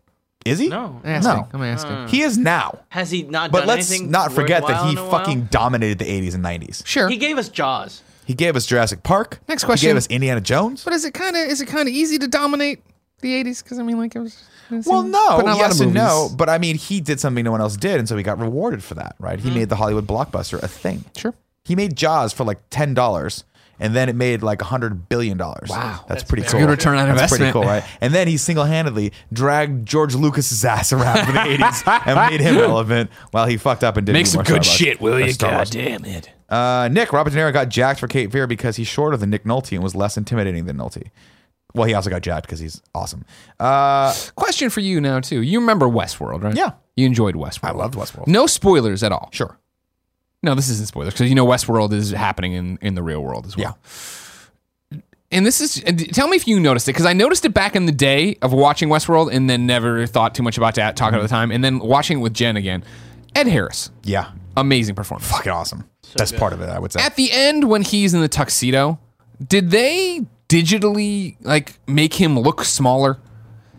A: Is he?
B: No, I'm asking. I'm asking.
A: He is now.
G: Has he not
A: But
G: done
A: let's
G: anything
A: not forget that
G: worthwhile
A: he
G: in a while?
A: fucking dominated the 80s and 90s.
B: sure.
G: He gave us Jaws.
A: He gave us Jurassic Park.
B: Next question.
A: He gave us Indiana Jones.
B: but is it kind of is it kind of easy to dominate the 80s? Because I mean, like it was.
A: Well, no,
B: But not a lot
A: yes
B: of
A: and no.
B: movies.
A: But I mean, he did something no one else did, and so he got
B: Hmm.
A: rewarded for that, right? He made the Hollywood blockbuster a thing.
B: Sure.
A: He made Jaws for like ten dollars, and then it made like hundred billion dollars. Wow, that's, pretty
B: very
A: cool.
B: good return on
A: That's
B: investment.
A: Pretty cool, right? And then he single-handedly dragged George Lucas's ass around for the eighties and made him relevant while he fucked up and did
B: Make some good shit, will you? God
A: goddamn.
B: damn it.
A: Uh, Nick Robert De Niro got jacked for Kate Veer because he's shorter than Nick Nolte and was less intimidating than Nolte. Well, he also got jacked because he's awesome. Uh,
B: Question for you now too. You remember Westworld, right?
A: Yeah.
B: You enjoyed Westworld.
A: I loved Westworld.
B: No spoilers at all.
A: Sure.
B: No, this isn't spoilers because you know Westworld is happening in, in the real world as well. And this is and tell me if you noticed it because I noticed it back in the day of watching Westworld and then never thought too much about that talking at the time and then watching it with Jen again. Ed Harris,
A: Yeah,
B: amazing performance.
A: fucking awesome. That's part of it, I would say.
B: At the end when he's in the tuxedo, did they digitally like make him look smaller?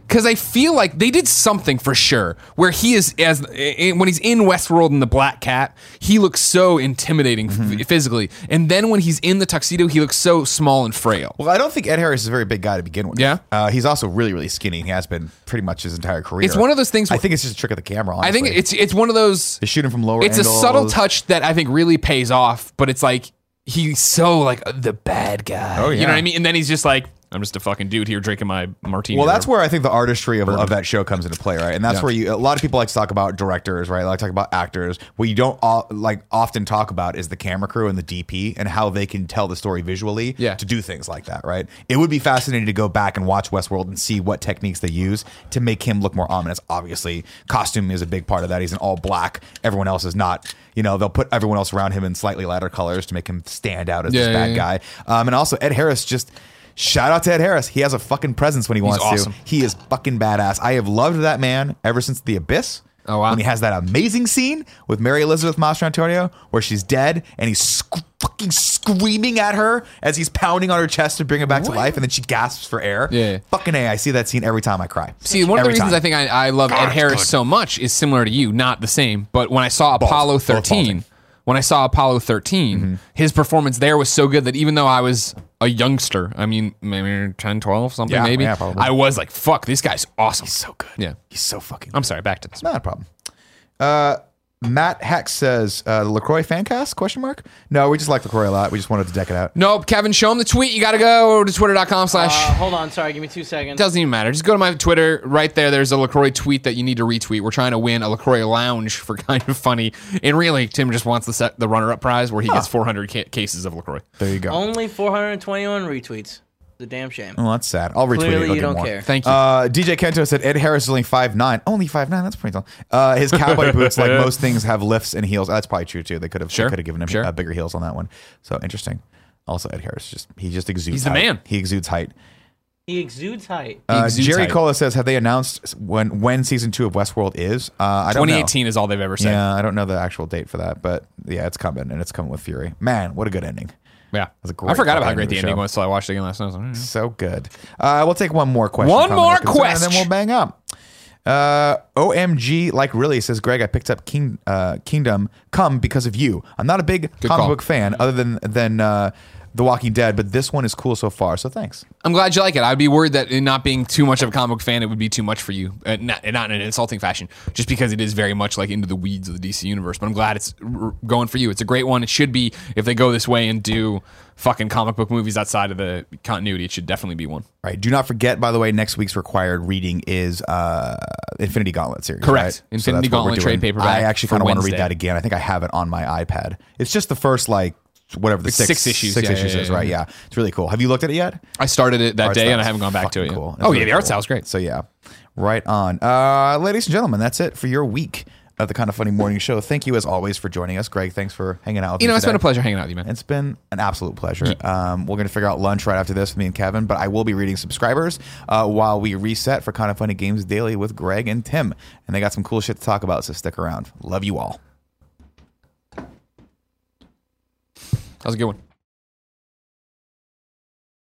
B: Because I feel like they did something for sure. Where he is as i- i- when he's in Westworld in the Black Cat, he looks so intimidating f-
A: Mm-hmm.
B: physically, and then when he's in the tuxedo, he looks so small and frail.
A: Well, I don't think Ed Harris is a very big guy to begin with.
B: Yeah?
A: uh, he's also really, really skinny. and He has been pretty much his entire career.
B: It's one of those things
A: I
B: where-
A: think it's just a trick of the camera.
B: I think
A: honestly.
B: it's it's one of those.
A: they shoot him from lower.
B: It's a subtle
A: angles.
B: touch that I think really pays off, but it's like he's so like the bad guy.
A: Oh,
B: you know
A: yeah.
B: what I mean? And then he's just like, I'm just a fucking dude here drinking my martini.
A: Well,
B: or
A: that's where I think the artistry of, of that show comes into play, right? And that's
B: Yeah.
A: where you a lot of people like to talk about directors, right? Like to talk about actors. What you don't all, like often talk about is the camera crew and the DP and how they can tell the story visually
B: Yeah.
A: to do things like that, right? It would be fascinating to go back and watch Westworld and see what techniques they use to make him look more ominous. Obviously, costume is a big part of that. He's in all black. Everyone else is not. You know, they'll put everyone else around him in slightly lighter colors to make him stand out as
B: Yeah,
A: this
B: yeah,
A: bad
B: yeah.
A: guy. Um, and also Ed Harris just shout out to Ed Harris. He has a fucking presence when he wants
B: awesome.
A: to. He is fucking badass. I have loved that man ever since The Abyss.
B: Oh, wow.
A: When he has that amazing scene with Mary Elizabeth Mastrantonio where she's dead and he's sc- fucking screaming at her as he's pounding on her chest to bring her back to life and then she gasps for air.
B: Yeah.
A: Fucking A. I see that scene every time I cry.
B: See, one of the
A: Every
B: reasons
A: time.
B: I think I, I love Ed Harris so much is similar to you, not the same. But when I saw Apollo
A: both balding.
B: 13, when I saw Apollo 13, his performance there was so good that even though I was a youngster, I mean, maybe 10, 12, something
A: Yeah,
B: maybe,
A: yeah, probably.
B: I was like, fuck, this guy's awesome. He's
A: so good.
B: Yeah.
A: He's so fucking
B: I'm sorry, back to this.
A: Not a problem. Uh, Matt Hex says uh, Lacroix fan cast? Question mark. No, we just like Lacroix a lot. We just wanted to deck it out.
B: Nope, Kevin, show him the tweet. You got to go to twitter.com slash.
G: Uh, hold on, sorry, give me two seconds.
B: doesn't even matter. Just go to my Twitter. Right there, there's a LaCroix tweet that you need to retweet. We're trying to win a LaCroix lounge for kind of funny. And really, Tim just wants the set, the runner up prize where he gets 400 ca- cases of LaCroix.
A: There you go.
G: Only 421 retweets. It's a damn shame.
A: Well, that's sad. I'll retweet it.
G: Clearly,
A: It'll
G: you
A: get
G: don't
A: more.
G: care.
B: Thank you.
A: Uh, DJ Kento said Ed Harris is only 5'9". Only 5'9"? That's pretty tall. Uh, his cowboy boots, like most things, have lifts and heels. That's probably true, too. They could have
B: Sure.
A: could have given him
B: Sure.
A: uh, bigger heels on that one. So interesting. Also, Ed Harris, just he just exudes
B: He's the
A: height.
B: man.
A: He exudes height.
G: He exudes height.
A: Uh,
B: exudes
A: Jerry
B: height.
A: Cola says, have they announced when when season two of Westworld is? Uh, I don't know.
B: 2018 is all they've ever said. Yeah.
A: Yeah, I don't know the actual date for that, but yeah, it's coming and it's coming with fury. Man, what a good ending. was a great
B: I forgot about how
A: fucking
B: great the
A: show.
B: ending was until I watched it again last night. I was like, "Mm."
A: So good. Uh, we'll take one more question.
B: One
A: comment,
B: more
A: or concern, And
B: question.
A: then we'll bang up. Uh, OMG, like really says Greg. I picked up King uh, Kingdom Come because of you. I'm not a big comic
B: call.
A: book fan, other than than uh, The Walking Dead, but this one is cool so far. So thanks.
B: I'm glad you like it. I'd be worried that in not being too much of a comic book fan, it would be too much for you. Uh, not, not in an insulting fashion, just because it is very much like into the weeds of the DC universe. But I'm glad it's r- going for you. It's a great one. It should be if they go this way and do fucking comic book movies outside of the continuity. It should definitely be one.
A: All right. Do not forget, by the way, next week's required reading is uh, Infinity Gauntlet series. right?
B: Correct. Infinity
A: that's what we're
B: Gauntlet
A: doing.
B: trade paperback
A: I actually
B: for
A: kind of want to read
B: Wednesday.
A: that again. I think I have it on my iPad. It's just the first like whatever the
B: It's
A: six,
B: six issues.
A: Six
B: Yeah,
A: issues
B: yeah,
A: is
B: yeah,
A: right.
B: yeah.
A: Yeah, it's really cool. Have you looked at it yet?
B: I started it that
A: art
B: day
A: style
B: and I
A: is
B: haven't gone back to it
A: fucking
B: yet.
A: cool. It's
B: Oh yeah,
A: really
B: the art
A: cool.
B: style's great.
A: So yeah, right on, uh, ladies and gentlemen. That's it for your week of the kind of funny morning show. Thank you as always for joining us, Greg. Thanks for hanging out. With
B: You
A: me
B: know, it's
A: today.
B: been a pleasure hanging out with you, man.
A: It's been an absolute pleasure. Um, we're going to figure out lunch right after this with me and Kevin, but I will be reading subscribers uh, while we reset for Kind of Funny Games Daily with Greg and Tim. And they got some cool shit to talk about, so stick around. Love you all.
B: That was a good one.